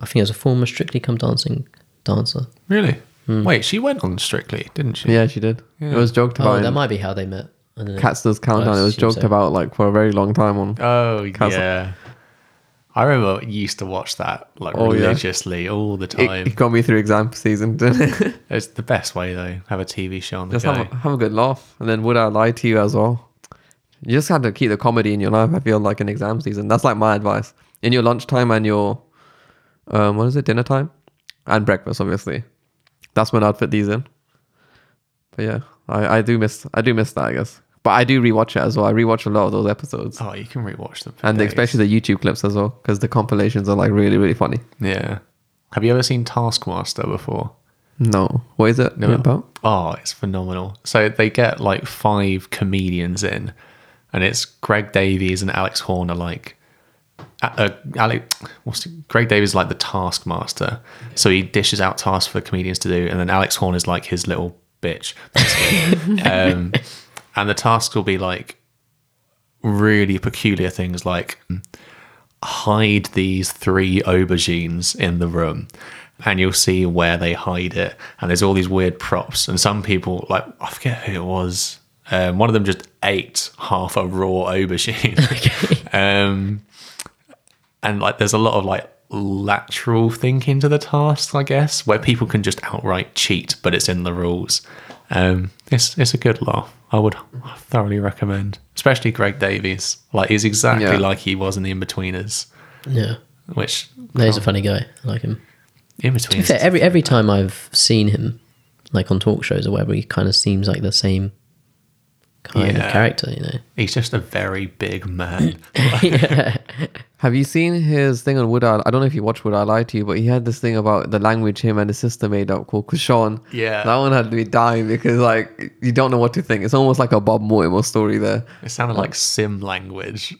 C: I think it was a former Strictly Come Dancing dancer.
B: Really? Wait, she went on Strictly, didn't she?
A: Yeah, she did. It
B: Hmm. Yeah.
A: was joked
C: Oh,
A: about.
C: that
A: in
C: might be Oh, how they met. I don't know.
A: Cats does countdown.
C: I
A: It was
C: assume
A: joked
C: so.
A: about like for a very long time on.
B: Oh,
A: Cousin.
B: yeah. I remember I used to watch that like
A: Oh, yeah.
B: religiously all the
A: It,
B: time.
A: it got me through exam season. Didn't it?
B: It's the best way though. Have a TV show on the
A: Just
B: go.
A: have, a, have a good laugh. And then would I lie to you as well? You just have to keep the comedy in your life, I feel like, in exam season. That's like my advice. In your lunchtime and your, um, what is it, dinner time? And breakfast, obviously. That's when I'd fit these in. But yeah, I, I do miss I do miss that, I guess. But I do rewatch it as well. I rewatch a lot of those episodes.
B: Oh, you can rewatch them. for
A: and
B: days.
A: especially the YouTube clips as well, because the compilations are like really, really funny.
B: yeah. Have you ever seen Taskmaster before?
A: No. What is it? About?
B: Oh, it's phenomenal. So they get like five comedians in, and it's Greg Davies and Alex Horner. Like, uh, Alex, what's Greg Davies is like the taskmaster, so he dishes out tasks for comedians to do, and then Alex Horn is like his little bitch. basically. um, and the tasks will be like really peculiar things, like hide these three aubergines in the room and you'll see where they hide it and there's all these weird props and some people like i forget who it was um, one of them just ate half a raw aubergine um, and like there's a lot of like lateral thinking to the tasks i guess where people can just outright cheat but it's in the rules um, it's, it's a good laugh i would thoroughly recommend especially greg davies like he's exactly
A: Yeah.
B: like he was in the in-betweeners
C: Yeah.
B: which
C: No,
A: Oh.
C: he's a funny guy. I like him.
B: in
C: To be
B: between
C: fair, every every time I've seen him, like on talk shows or whatever, he kind of seems like the same kind
B: Yeah.
C: of character, you know.
B: he's just a very big man.
A: Have you seen his thing on Would I? I don't know if you watched Would I Lie to You, but he had this thing about the language him and his sister made up called Kushan.
B: Yeah.
A: That one had me dying because, like, you don't know what to think. It's almost like a Bob Mortimer story there.
B: it sounded like sim language.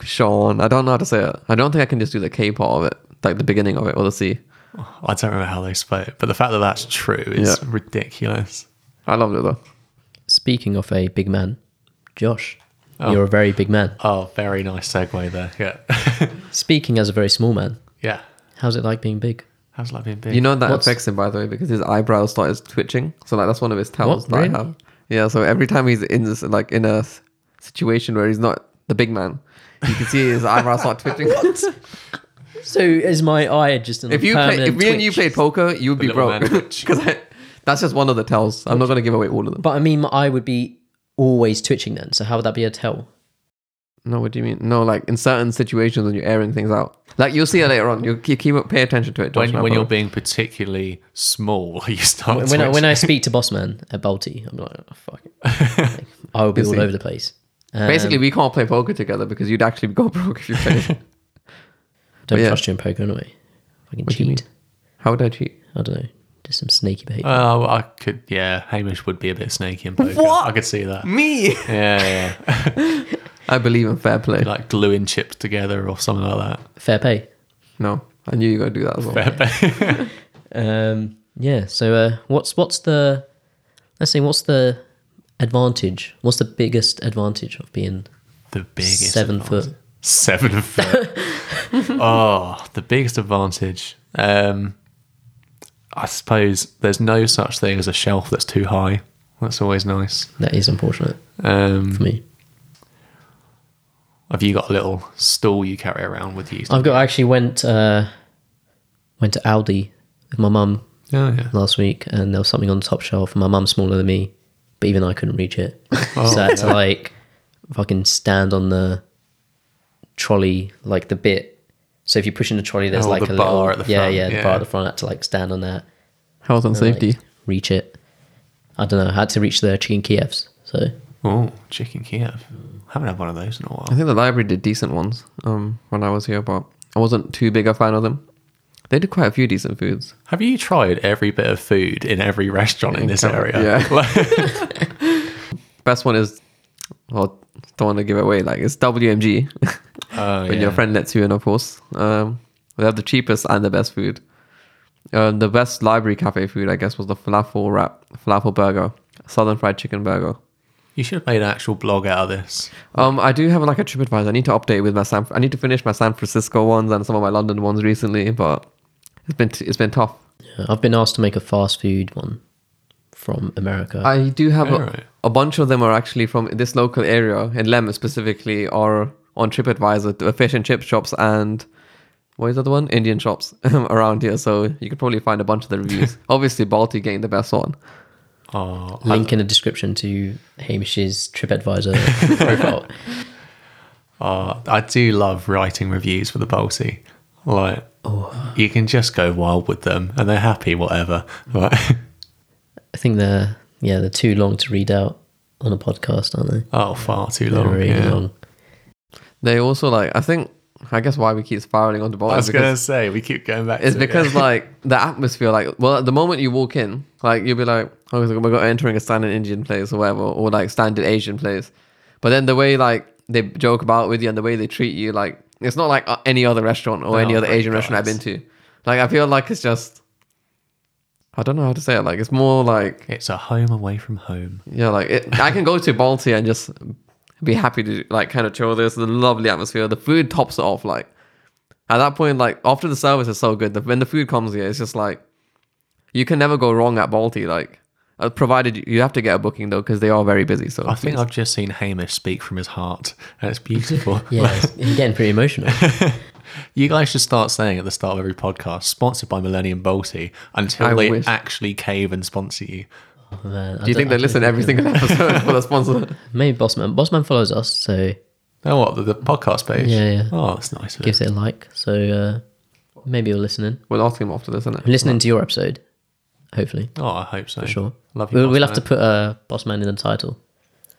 A: Kushan. I don't know how to say it. I don't think I can just do the K part of it, like the beginning of it or the C.
B: I don't remember how they spoke, but the fact that that's true is
A: Yeah.
B: ridiculous.
A: I loved it though.
C: Speaking of a big man, Josh, you're a very big man.
B: Oh, very nice segue there. Yeah,
C: Speaking as a very small man,
B: yeah.
C: how's it like being big?
B: How's that being big?
A: You know that
C: What's-
A: affects him, by the way, because his eyebrows started twitching. So, like, that's one of his tells
C: What?
A: that
C: Really?
A: I have. Yeah. So every time he's in this, like, in a s- situation where he's not the big man, you can see his eyebrows start twitching.
C: So is my eye just an
A: if you play, if me and you played poker, you would be
B: little
A: broke
B: man twitch.
A: because that's just one of the tells. I'm not going to give away all of them.
C: But I mean, my eye would be always twitching then. So how would that be a tell?
A: No, what do you mean? No, like in certain situations when you're airing things out, like you'll see it later on. You keep, keep pay attention to it. Josh,
B: when,
A: no
B: when you're
A: problem.
B: being particularly small, you start.
C: When I, when I
B: twitching.
C: speak to Bossman at Balti, I'm like, oh, fuck it. Like, I will be all
A: see.
C: over the place. Um,
A: basically we can't play poker together because you'd actually go broke if you played.
C: don't
A: yeah.
C: trust you in poker anyway. Fucking
A: do you
C: cheat.
A: How would I cheat?
C: I don't know. Just some sneaky behavior.
B: Oh, I could. Yeah, Hamish would be a bit snaky in poker.
A: What?
B: I could see that.
A: Me?
B: Yeah, yeah. yeah.
A: I believe in fair play.
B: like gluing chips together or something like
C: Fair pay.
A: No, I knew you were going to do that as well.
B: that.
C: Um, yeah. So uh, what's what's the let's see what's the advantage? What's the biggest advantage of being
B: The biggest
C: Seven
B: advantage.
C: foot.
B: Seven foot. oh, the biggest advantage. Um, I suppose there's no such thing as a shelf that's too high. That's always nice.
C: that is unfortunate
B: Um,
C: for me.
B: have you got a little stool you Oh, carry around with you?
C: I've got I actually went uh, went to Aldi with my mum
B: Oh, yeah.
C: last week, and there was something on top shelf. My mum's smaller than me, but even I couldn't reach it.
B: Oh.
C: so I had to like fucking stand on the trolley, like the bit. So if you're pushing the trolley, there's
B: Oh,
C: like
B: the
C: a
B: bar
C: little
B: at the
C: yeah,
B: front,
C: yeah, the
B: yeah.
C: bar at the front. I had to like stand on that,
A: Health and
C: and, like,
A: safety.
C: reach it. I don't know. I had to reach the chicken Kievs. So
B: Oh, chicken Kiev. Haven't had one of those in a
A: I
B: while.
A: think the library did decent ones um, when I was here, but I wasn't too big a fan of them. They did quite a few decent foods.
B: Have you tried every bit of food in every restaurant in,
A: In
B: this
A: Cam-
B: area?
A: yeah.
B: Like-
A: Best one is, well, don't want to give it away. Like it's WMG
B: oh,
A: when
B: yeah.
A: your friend lets you in, of course. Um, they have the cheapest and the best food. Um, the best library cafe food, I guess, was the falafel wrap, falafel burger, southern fried chicken burger.
B: You should have made an actual blog out of this.
A: Um, I do have like a TripAdvisor. I need to update with my San. I need to finish my San Francisco ones and some of my London ones recently, but it's been t- it's been tough.
C: yeah, I've been asked to make a fast food one from America.
A: I do have a,
B: Alright.
A: a bunch of them are actually from this local area in Lem specifically, are on TripAdvisor, the fish and chip shops, and what is the other one? Indian shops around here. So you could probably find a bunch of the reviews. Obviously, Balti getting the best one.
B: Oh, I,
C: Link in the description to Hamish's TripAdvisor profile.
B: oh, I do love writing reviews for the Balti. Like, you can just go wild with them, and they're happy, whatever. Like,
C: I think they're yeah they're too long to read out on a podcast, aren't they?
B: oh, far too
C: They're
B: long.
C: really
B: yeah.
C: long.
A: They also like I think I guess why we keep spiraling onto Balti
B: I was
A: because-
B: gonna say we keep going back.
A: It's
B: to it.
A: because like the atmosphere, like well, at the moment you walk in, like you'll be like, oh, it's like we're entering a standard Indian place or whatever, or like standard Asian place. But then the way like they joke about with you and the way they treat you, like it's not like uh, any other restaurant or any
B: Oh
A: other
B: my
A: Asian
B: God.
A: restaurant I've been to. Like I feel like it's just, I don't know how to say it. Like it's more like
B: it's a home away from home.
A: yeah, like it, I can go to Balti and just be happy to like kind of chill. There's the lovely atmosphere. The food tops it off. Like at that point, like after the service is so good. The, when the food comes here, it's just like you can never go wrong at Balti. Like uh, provided you- you have to get a booking though, because they are very busy. So
B: I think I've just seen Hamish speak from his heart, and it's beautiful.
C: Yeah, it's- I'm getting pretty emotional.
B: You guys should start saying at the start of every podcast, sponsored by Millennium Bolty, until
A: I
B: they
A: wish.
B: actually cave and sponsor you.
C: Oh, man, I
A: do you think
C: don't-
A: they
C: I don't
A: listen every single episode for the sponsor?
C: Maybe Bossman. Bossman follows us, so
B: Oh, what the, the podcast page?
C: Yeah, yeah.
B: Oh, that's nice. of
C: gives it a like. So uh, maybe you'll listen in.
A: We'll ask him after this, isn't
C: I'm
A: it?
C: listening to your episode, hopefully.
B: Oh, I hope so.
C: For sure.
B: Love you.
C: We'll, we'll
B: boss
C: have to
B: man.
C: put uh, Bossman in the title.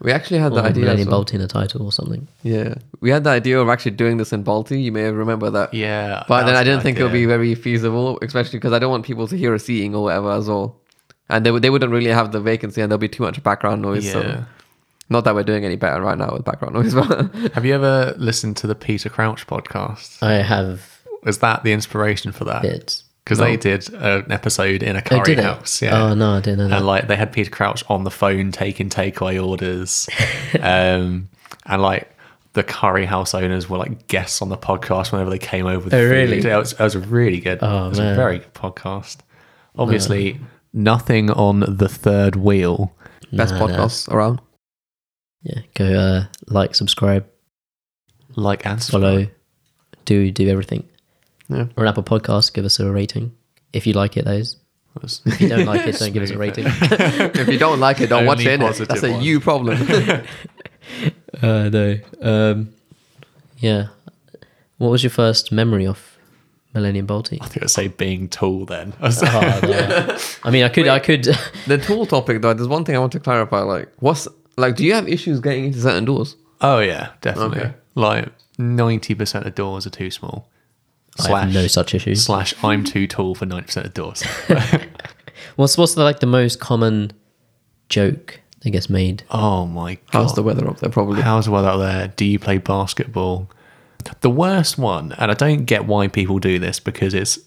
A: We actually had the
C: Or
A: idea.
C: Millennium
A: as well.
C: Bolt in the title or something.
A: Yeah, we had the idea of actually doing this in Balti. You may remember that.
B: Yeah.
A: But then
B: that's
A: I didn't
B: an
A: think it would be
B: idea.
A: very feasible, especially because I don't want people to hear us eating or whatever as well. And they, would- they wouldn't really have the vacancy and there'll be too much background noise. So
B: Yeah.
A: not that we're doing any better right now with background noise, but
B: Have you ever listened to the Peter Crouch podcast?
C: I have
B: Was that the inspiration for that?
C: bits.
B: Because they did an episode in a curry
C: Oh, did it?
B: house. Yeah.
C: Oh, no, I didn't know that.
B: and like they had Peter Crouch on the phone taking takeaway orders, um, and like the curry house owners were like guests on the podcast whenever they came over. With
C: Oh,
B: food.
C: really?
B: Yeah, It was, it was really good.
C: Oh,
B: it was
C: man. Oh.
B: a very good podcast. Obviously, nothing on the third wheel.
A: best
C: Nah, nah.
A: podcasts around.
C: Yeah, go uh, like, subscribe,
B: Like answer.
C: follow, do do everything.
A: Yeah.
C: Or an Apple Podcast, give us a rating if you like it. That is.
B: Was,
C: If you don't like it, don't give us a rating.
A: If you don't like it, don't watch it.
B: Only
A: innit? That's a
B: positive
A: you problem.
C: Uh, no. Um, yeah. What was your first memory of Millennium Balti?
B: I think I'd say being tall then. I was-
C: Oh, no. I mean, I could, I could.
A: the tool topic, though, there's one thing I want to clarify. Like, what's like? Do you have issues getting into certain doors?
B: oh yeah, definitely.
A: Okay.
B: Like ninety percent of doors are too small.
C: I have no such issues.
B: slash I'm too tall for ninety percent of doors.
C: What's what's the, like the most common joke that gets made?
B: oh my god.
A: How's the weather up there? Probably.
B: How's the weather out there? Do you play basketball? The worst one, and I don't get why people do this because it's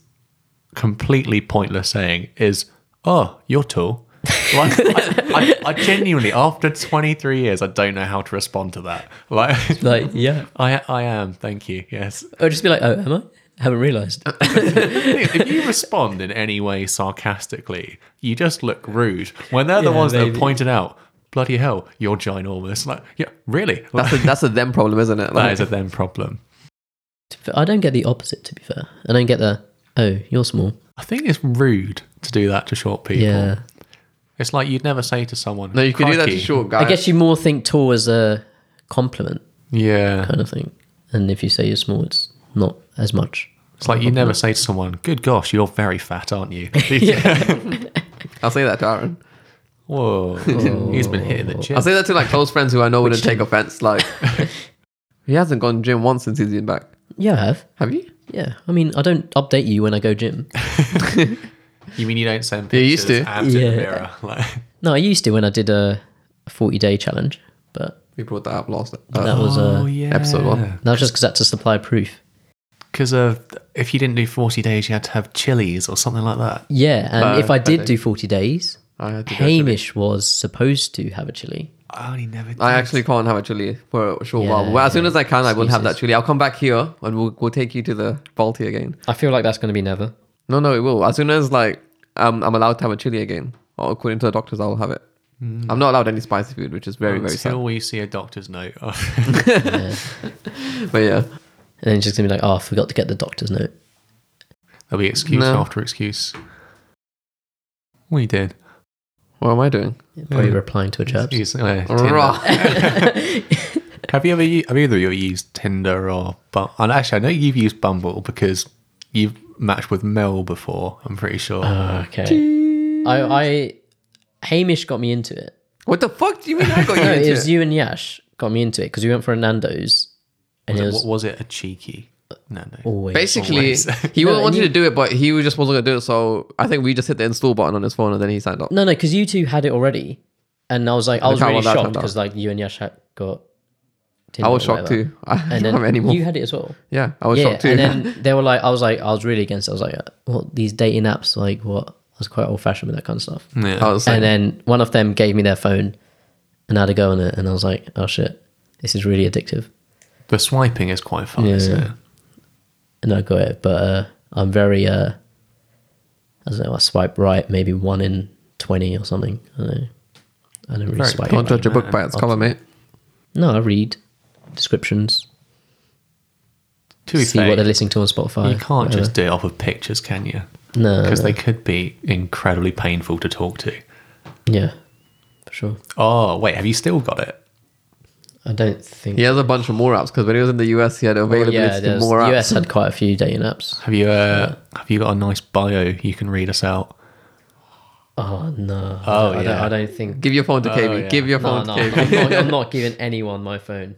B: completely pointless saying, is, oh, you're tall. Like, I, I, I genuinely, after 23 years, I don't know how to respond to that. Like,
C: Like, yeah,
B: I, I am, thank you, yes.
C: or just be like, oh, am I? I haven't realised.
B: If you respond in any way sarcastically, you just look rude. When they're the
C: Yeah,
B: ones that have
C: maybe.
B: pointed out, bloody hell, you're ginormous. Like, yeah, really? Like,
A: That's a, that's a them problem, isn't it?
B: that
A: Like,
B: is a them problem.
C: I don't get the opposite. To be fair, I don't get the Oh, you're small.
B: I think it's rude to do that to short people.
C: Yeah.
B: It's like you'd never say to someone.
A: No, you could do that to
B: "Crikey."
A: short guys.
C: I guess you more think tall as a compliment
B: Yeah.
C: kind of thing. And if you say you're small, it's not as much.
B: It's like you never say to someone, "Good gosh, you're very fat, aren't you?"
A: I'll say that to Aaron.
B: Whoa, he's been hitting the gym.
A: I'll say that to like close friends who I know wouldn't take offense. Like, he hasn't gone gym once since he's been back.
C: Yeah, I have.
A: Have you?
C: Yeah. I mean, I don't update you when I go gym.
B: you mean you don't send
A: You
B: pictures?
A: used to.
B: abs in the
C: Oh. Yeah.
B: mirror. Like,
C: No, I used to when I did a 40 day challenge, but
A: We brought that up last.
C: that
A: Uh,
C: was uh,
B: oh, yeah.
A: episode one.
C: that was just because that's to supply proof.
B: Because uh, if you didn't do 40 days, you had to have chilies or something like that.
C: Yeah, and
A: Uh,
C: if I
A: okay.
C: did do 40 days,
A: I, had to go to-
C: Hamish was supposed to have a chili.
B: I only never did.
A: I actually can't have a chili for a short
C: Yeah,
A: while. Well, as soon as I can, I will have that
C: excuses.
A: chili. I'll come back here and we'll, we'll take you to the Balti again.
C: I feel like that's going to be never.
A: No, no, it will. As soon as like um, I'm allowed to have a chili again, or according to the doctors, I will have it.
C: Hmm.
A: I'm not allowed any spicy food, which is very, very
B: Until we see a doctor's note.
A: sad. But yeah,
C: And then it's just going to be like, oh, I forgot to get the doctor's note.
B: There'll be excuse
A: No.
B: after excuse. We did.
A: what am I doing?
C: Probably
A: Hmm.
B: Yeah.
C: replying to a chirp.
B: Excuse- uh, Tinder.
A: Right.
B: Have you ever? u- Have either of you ever used Tinder or? Bum- and actually, I know you've used Bumble because you've matched with Mel before. I'm pretty sure.
A: Uh,
C: Okay. I, I Hamish got me into it.
A: What the fuck do you mean? I got you
C: No,
A: into
C: it was
A: it?
C: you and Yash got me into it because we went for a Nando's, and
B: was,
C: it
B: it,
C: was
B: what was it? A cheeky? No, no.
A: Oh.
C: always
A: Basically, he
C: No,
A: wa-
C: and
A: wanted
C: you-
A: to do it, but he was just wasn't gonna do it. So I think we just hit the install button on his phone, and then he signed up.
C: no, no, because you two had it already, and I was like, I was
A: how
C: really
A: well that
C: shocked
A: turned out.
C: because like you and Yash had got.
A: I
C: Tinder
A: was
C: or
A: shocked
C: whatever.
A: too. I
C: And
A: don't
C: then
A: have any more.
C: you had it as well.
A: yeah, I was
C: Yeah,
A: shocked too.
C: and then they were like, I was like, I was really against. it. I was like, what these dating apps? Like, what? I was quite old fashioned with that kind of stuff.
B: Yeah.
A: I was like,
C: And then one of them gave me their phone, and I had a go on it, and I was like, oh shit, this is really addictive.
B: the swiping is quite fun.
C: Yeah.
B: Isn't it?
C: and I got it, but uh, I'm very uh, I don't know. I swipe right maybe one in twenty or something. I don't know. I don't really
B: Very
C: swipe.
A: don't
C: Right.
A: judge a book
C: Oh,
A: by its cover, mate.
C: No, I read descriptions,
B: To be
C: see
B: fair,
C: what they're listening to on Spotify. Uh,
B: you can't just do it off of pictures, can you?
C: no,
B: Because
C: no.
B: they could be incredibly painful to talk to.
C: yeah, for sure.
B: Oh wait, have you still got it?
C: I don't think.
A: He has a bunch of more apps because when he was in the US, he had
C: Well,
A: availability
C: Oh, yeah,
A: to
C: there's-
A: more apps.
C: US had quite a few dating apps.
B: Have you? Uh, have you got a nice bio you can read us out?
C: Oh no!
B: Oh,
C: I don't,
B: yeah.
C: I don't think.
A: Give your phone to
B: Oh,
A: KB.
B: yeah.
A: Give your
C: No,
A: phone
C: no,
A: to
C: I'm
A: KB.
C: not, I'm not giving anyone my phone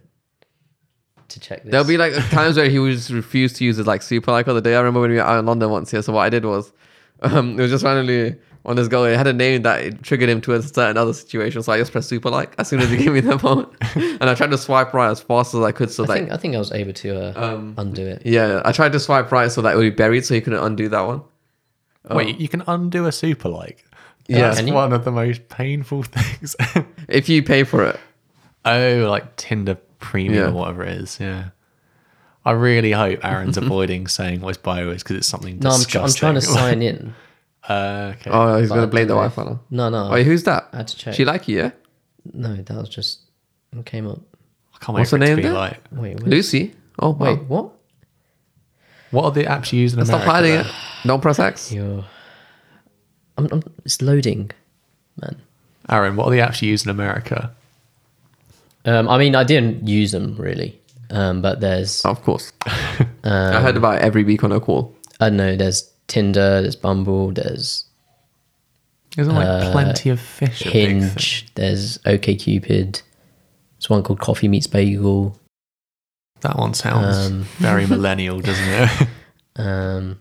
C: to check this.
A: There'll be like times where he would just refuse to use his like super like other day. I remember when we were out in London once here. So what I did was, um, it was just randomly on this girl. It had a name that it triggered him to a certain other situation. So I just pressed super like as soon as he gave me the phone, and I tried to swipe right as fast as I could. So
C: I
A: like,
C: think I think I was able to uh, undo it.
A: yeah, I tried to swipe right so that it would be buried, so he couldn't undo that one.
B: Wait, you can undo a super like.
A: Yeah.
B: That's
C: Oh. Can you?
B: one of the most painful things.
A: If you pay for it,
B: oh, like Tinder Premium
A: Yeah.
B: or whatever it is. Yeah. I really hope Aaron's avoiding saying what his bio is because it's something
C: No, I'm, tr-
B: disgusting.
C: I'm trying to sign in.
B: Uh, okay.
A: oh, he's gonna
C: I
A: blame the
C: don't know
A: wife on her.
C: No, no.
A: Wait, who's that?
C: I had to check.
A: She like you, yeah?
C: no, that was just it came up.
B: I can't wait
A: What's
B: for
A: the
B: it to
A: name
B: be
A: then?
B: like.
C: Wait, wait,
A: Lucy. Oh wow.
C: wait what?
B: What are the apps you use in America?
A: Stop hiding
B: then?
A: it. Don't press X.
C: You're. I'm, I'm, it's loading, man.
B: Aaron, what are the apps you use in America?
C: Um, I mean, I didn't use them really, um, but
B: Oh,
C: there's um,
A: Of course. I heard about it every week on a call.
C: I don't know. There's Tinder. There's Bumble. There's
B: Isn't like plenty of fish. a big thing?
C: Uh, Hinge. There's OKCupid. There's one called Coffee Meets Bagel.
B: That one sounds
C: Um.
B: very millennial, doesn't it?
C: Um,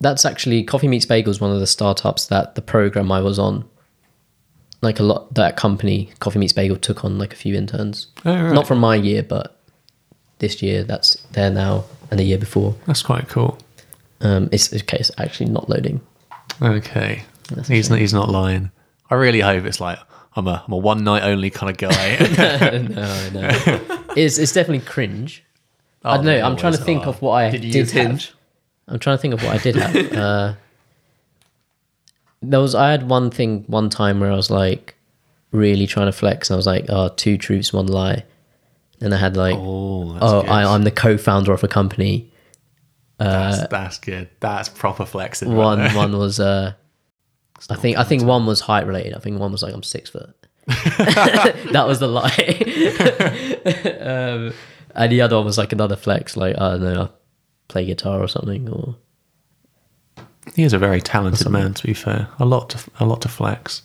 C: that's actually Coffee Meets Bagel is one of the startups that the program I was on, like a lot that company Coffee Meets Bagel took on like a few interns,
B: oh, right.
C: not from my year, but this year that's there now and the year before.
B: That's quite cool.
C: Um, it's okay. It's actually not loading.
B: Okay.
C: That's a
B: he's not, he's not lying. I really hope it's like I'm a I'm a one night only kind of guy.
C: no, no, it's it's definitely cringe.
B: Oh,
C: I don't know. I'm trying to think of what I did,
A: you use
C: have.
A: Hinge?
C: I'm trying to think of what I did have. uh, there was I had one thing one time where I was like really trying to flex, and I was like, "Oh, two truths, one lie." Then I had like, "Oh,
B: Oh, that's
C: I, I'm the co-founder of a company,"
B: That's, that's good. That's proper flexing. right
C: One
B: there.
C: one was uh, I think I think one was height related. I think one was like I'm six foot. that was the lie. um, and the other one was like another flex, like I don't know, I play guitar or something, or
B: He is a very talented man. To be fair, a lot to a lot to flex.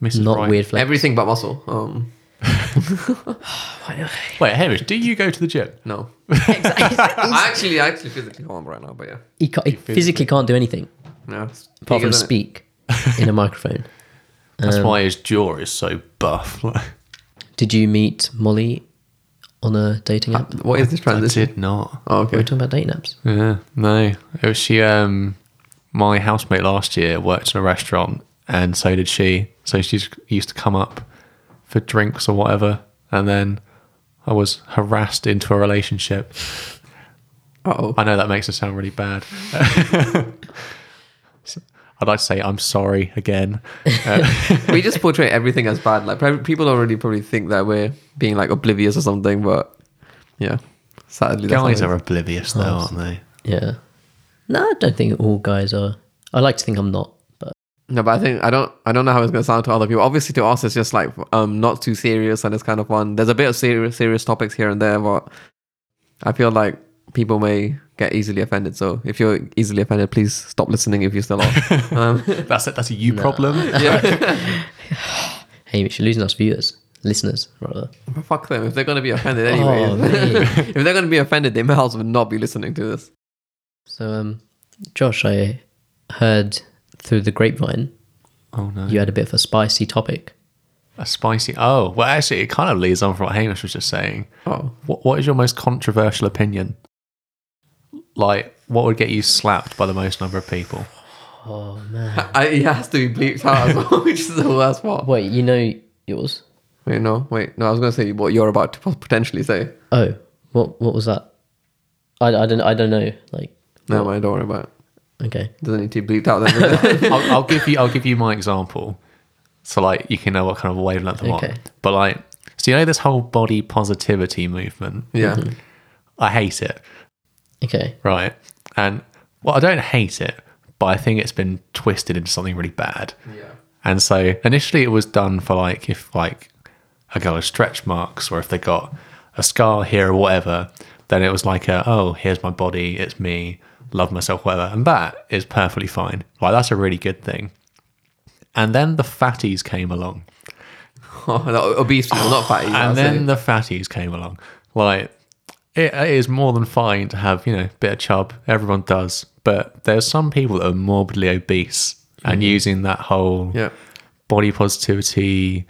B: Mrs.
C: not
B: Wright.
C: weird flex.
A: Everything but muscle. Um,
B: Wait, Hamish, do you go to the gym?
A: no. I actually, I actually physically can't right now, but yeah.
C: he, ca- he physically can't do anything
A: No. it's big,
C: apart
A: isn't
C: from
A: it?
C: speak in a microphone. Um,
B: That's why his jaw is so buff.
C: Did you meet Molly on a dating app?
A: What is this
B: I
A: transition?
B: did not.
A: Oh,
C: We're
A: okay.
C: talking about dating apps.
B: Yeah, no. It was she. Um, my housemate last year worked in a restaurant, and so did she. So she used to come up for drinks or whatever, and then I was harassed into a relationship.
A: Uh oh.
B: I know that makes it sound really bad. I'd like to say I'm sorry again.
A: we just portray everything as bad. Like prob- people already probably think that we're being like oblivious or something, but yeah, sadly, that's
B: Guys
A: not
B: are oblivious though, aren't they?
C: Yeah. No, I don't think all guys are. I like to think I'm not, but
A: No, but I think I don't. I don't know how it's going to sound to other people. Obviously, to us, it's just like um, not too serious and it's kind of fun. There's a bit of serious, serious topics here and there, but I feel like people may get easily offended. So if you're easily offended, please stop listening if you still are. um,
B: That's a, that's a you problem.
C: Hamish, you're losing us viewers, listeners, rather.
A: but fuck them if they're going to be offended anyway.
C: man.
A: if they're going to be offended, they may as well not be listening to this.
C: So, um, Josh, I heard through the grapevine
B: Oh no,
C: you had a bit of a spicy topic.
B: a spicy. Oh well, actually, it kind of leads on from what Hamish was just saying.
A: Oh,
B: What what is your most controversial opinion? Like, what would get you slapped by the most number of people?
C: Oh man!
A: I, it has to be bleeped out as well, which is the worst part.
C: Wait, you know yours?
A: Wait, no, wait, no. I was going to say what you're about to potentially say.
C: Oh, what what was that? I, I don't I don't know. Like,
A: No, mind, don't worry about it.
C: okay,
A: Doesn't need to be bleeped out then. does it?
B: I'll, I'll give you I'll give you my example, so like you can know what kind of wavelength I'm
C: Okay.
B: on. But like, so you know this whole body positivity movement.
A: Yeah.
B: I hate it.
C: okay,
B: right? And well, I don't hate it, but I think it's been twisted into something really bad.
A: Yeah.
B: And so initially, it was done for like if like a girl had stretch marks or if they got a scar here or whatever, then it was like a oh here's my body, it's me, love myself, whatever, and that is perfectly fine. Like that's a really good thing. And then the fatties came along.
A: Oh, no, obese people, not fatty.
B: and then the fatties came along. Like it, it is more than fine to have you know a bit of chub. Everyone does, but there's some people that are morbidly obese and using that whole
A: yeah,
B: body positivity,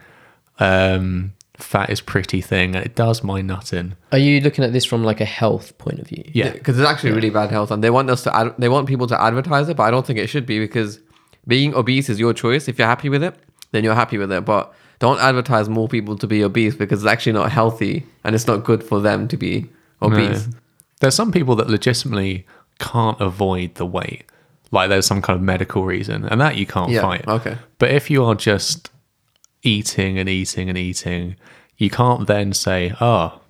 B: um, fat is pretty thing, and it does my nut in.
C: are you looking at this from like a health point of view?
B: Yeah,
A: because it's actually really bad health, and they want us to. Ad- they want people to advertise it, but I don't think it should be because being obese is your choice. If you're happy with it, then you're happy with it. But don't advertise more people to be obese because it's actually not healthy and it's not good for them to be obese.
B: Yeah. There's some people that legitimately can't avoid the weight. Like there's some kind of medical reason, and that you can't
A: Yeah,
B: fight.
A: okay.
B: But if you are just eating and eating and eating, you can't then say, "Oh,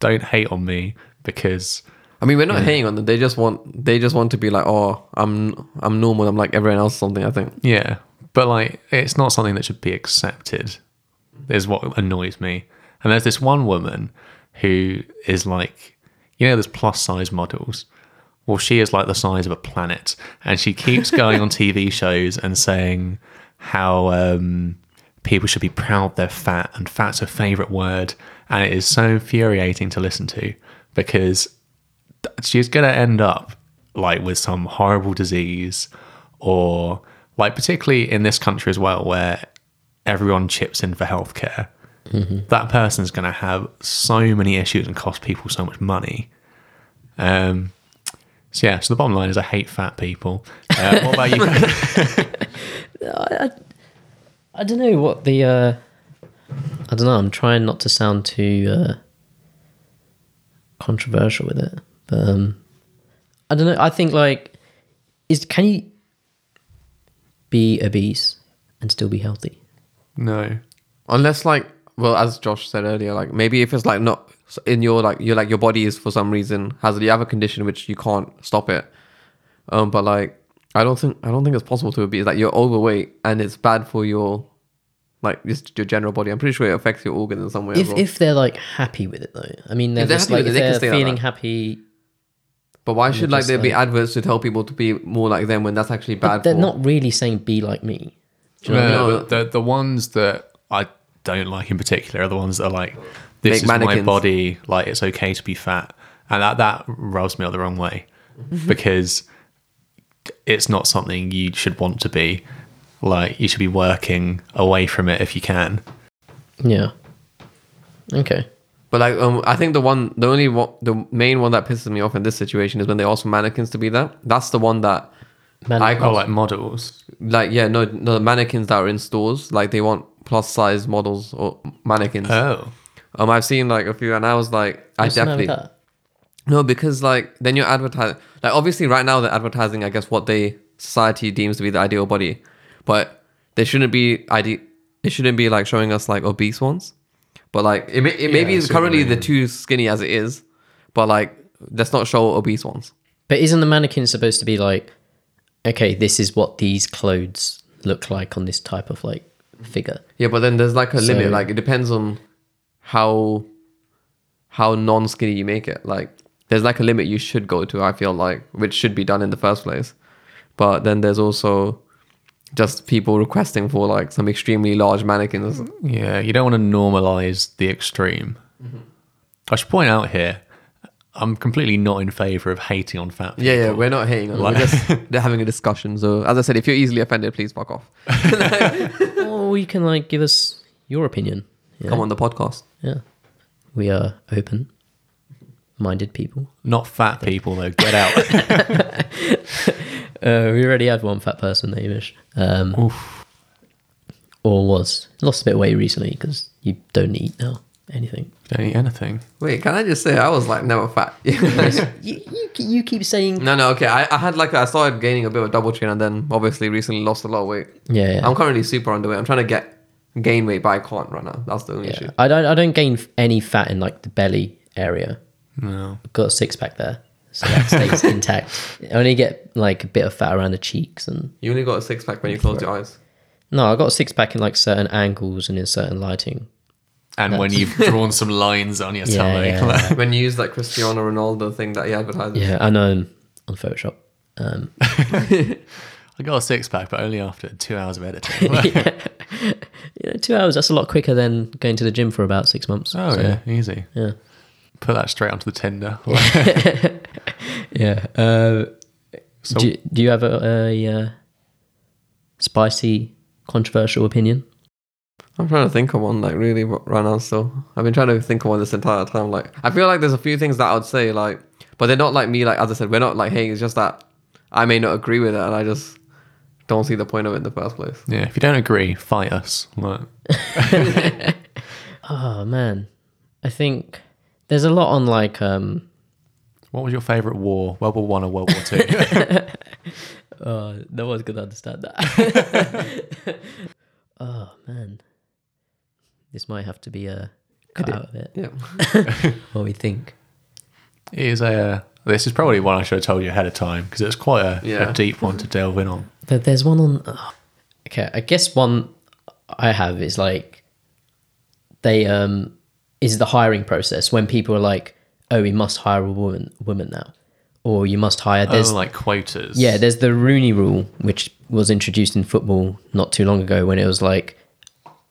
B: don't hate on me," because
A: I mean, we're not hating on them. They just want. They just want to be like, oh, I'm I'm normal. I'm like everyone else. or Something. I think.
B: yeah. But like, it's not something that should be accepted. Is what annoys me. And there's this one woman who is like, you know, there's plus size models. Well, she is like the size of a planet, and she keeps going on TV shows and saying how um, people should be proud they're fat, and fat's her favorite word, and it is so infuriating to listen to because th- she's going to end up like with some horrible disease, or like particularly in this country as well, where everyone chips in for healthcare. That person's going to have so many issues and cost people so much money. Um, so yeah, so the bottom line is I hate fat people. Uh, what about you?
C: I don't know what the. Uh, I don't know. I'm trying not to sound too uh, controversial with it, but um, I don't know. I think like, is can you be obese and still be healthy?
B: no.
A: Unless like well, as Josh said earlier, like maybe if it's like not s- in your like your like your body is for some reason has you have a condition which you can't stop it. Um, but like I don't think I don't think it's possible to be like you're overweight and it's bad for your like just your general body. I'm pretty sure it affects your organs in some way. as
C: If,
A: well.
C: if they're like happy with it though, I mean, they're,
A: If they're
C: just,
A: happy
C: like
A: with it, they
C: if
A: can
C: they're
A: stay like
C: feeling
A: that.
C: happy,
A: but why should like
C: just
A: there be adverts to tell people to be more like them when that's actually bad?
C: they're
A: for-
C: not really saying be like me.
B: No,
A: what I
B: no,
A: mean?
B: no, the, the ones that I don't like in particular are the ones that are like, this
A: Make
B: is my
A: mannequins.
B: body, like it's okay to be fat. And that, that rubs me up the wrong way
A: Mm-hmm.
B: because it's not something you should want to be. Like, you should be working away from it if you can.
C: Yeah. Okay.
A: But like, um, I think the one, the only one, the main one that pisses me off in this situation is when they ask for mannequins to be there. That's the one that,
C: Man,
A: I-
B: Oh, like models.
A: like, yeah, no, no, the mannequins that are in stores, like they want plus size models or mannequins.
B: Oh.
A: um, I've seen like a few, and I was like, I
C: what's the matter
A: definitely
C: with that?
A: no, because like then you're advertising. Like obviously, right now they're advertising, I guess, what they society deems to be the ideal body, but they shouldn't be ide- It shouldn't be like showing us like obese ones, but like it, may- it maybe
B: I
A: it's
B: see what you
A: currently the
B: mean.
A: too skinny as it is, but like let's not show obese ones.
C: But isn't the mannequin supposed to be like, okay, this is what these clothes look like on this type of like figure?
A: Yeah, but then there's like a
C: So-
A: limit. Like it depends on how how non skinny you make it. Like there's like a limit you should go to. I feel like which should be done in the first place. But then there's also just people requesting for like some extremely large mannequins.
C: Mm-hmm.
B: Yeah, you don't want to normalize the extreme.
A: Mm-hmm.
B: I should point out here, I'm completely not in favor of hating on fat people.
A: Yeah, yeah, we're not hating on them. We're just they're having a discussion. So as I said, if you're easily offended, please fuck off.
C: or you can like give us your opinion. Yeah.
A: Come on the podcast.
C: Yeah. We are open minded people.
B: Not fat people, though. Get out.
C: Uh, we already had one fat person, Hamish. Um, Or was. Lost a bit of weight recently because you don't eat now anything.
B: don't eat anything.
A: Wait, can I just say I was like never fat?
C: You, you, you keep saying.
A: no, no, okay. I, I had like I started gaining a bit of double chin and then obviously recently lost a lot of weight.
C: Yeah, yeah.
A: I'm currently super underweight. I'm trying to get gain weight, but I can't right now. That's the only
C: yeah.
A: issue.
C: I don't. I don't gain f- any fat in like the belly area.
B: No.
C: I've got a six pack there, so that stays intact. I only get like a bit of fat around the cheeks, and
A: You only got a six pack when you close your eyes.
C: no, I got a six pack in like certain angles and in certain lighting.
B: And when you've drawn some lines on your
C: Yeah,
B: tummy.
C: yeah, yeah.
A: When you use that Cristiano Ronaldo thing that he advertises.
C: yeah, I know um, on Photoshop. Um,
B: I got a six pack, but only after two hours of editing.
C: you know, two hours. That's a lot quicker than going to the gym for about six months.
B: oh,
C: So,
B: yeah. Easy.
C: yeah.
B: Put that straight onto the Tinder.
C: Yeah. Uh,
B: So-
C: do, do you have a, a uh, spicy, controversial opinion?
A: I'm trying to think of one like really r- right now. Still, I've been trying to think of one this entire time. Like, I feel like there's a few things that I'd say like, but they're not like me. Like as I said, we're not like hey. It's just that I may not agree with it, and I just don't see the point of it in the first place.
B: yeah, if you don't agree, fight us. Like,
C: Oh man, I think there's a lot on like um,
B: what was your favourite war? World War One or World War Two?
C: Uh, no one's gonna understand that. oh man, this might have to be a cut out of it.
A: Yeah,
C: What we think?
B: It is a. This is probably one I should have told you ahead of time because it's quite a,
A: Yeah.
B: a deep one to delve in on.
C: But there's one on. oh. Okay, I guess one I have is like they um is the hiring process when people are like, oh, we must hire a woman woman now, or you must hire. There's
B: oh, like quotas.
C: Yeah, there's the Rooney rule, which was introduced in football not too long ago when it was like,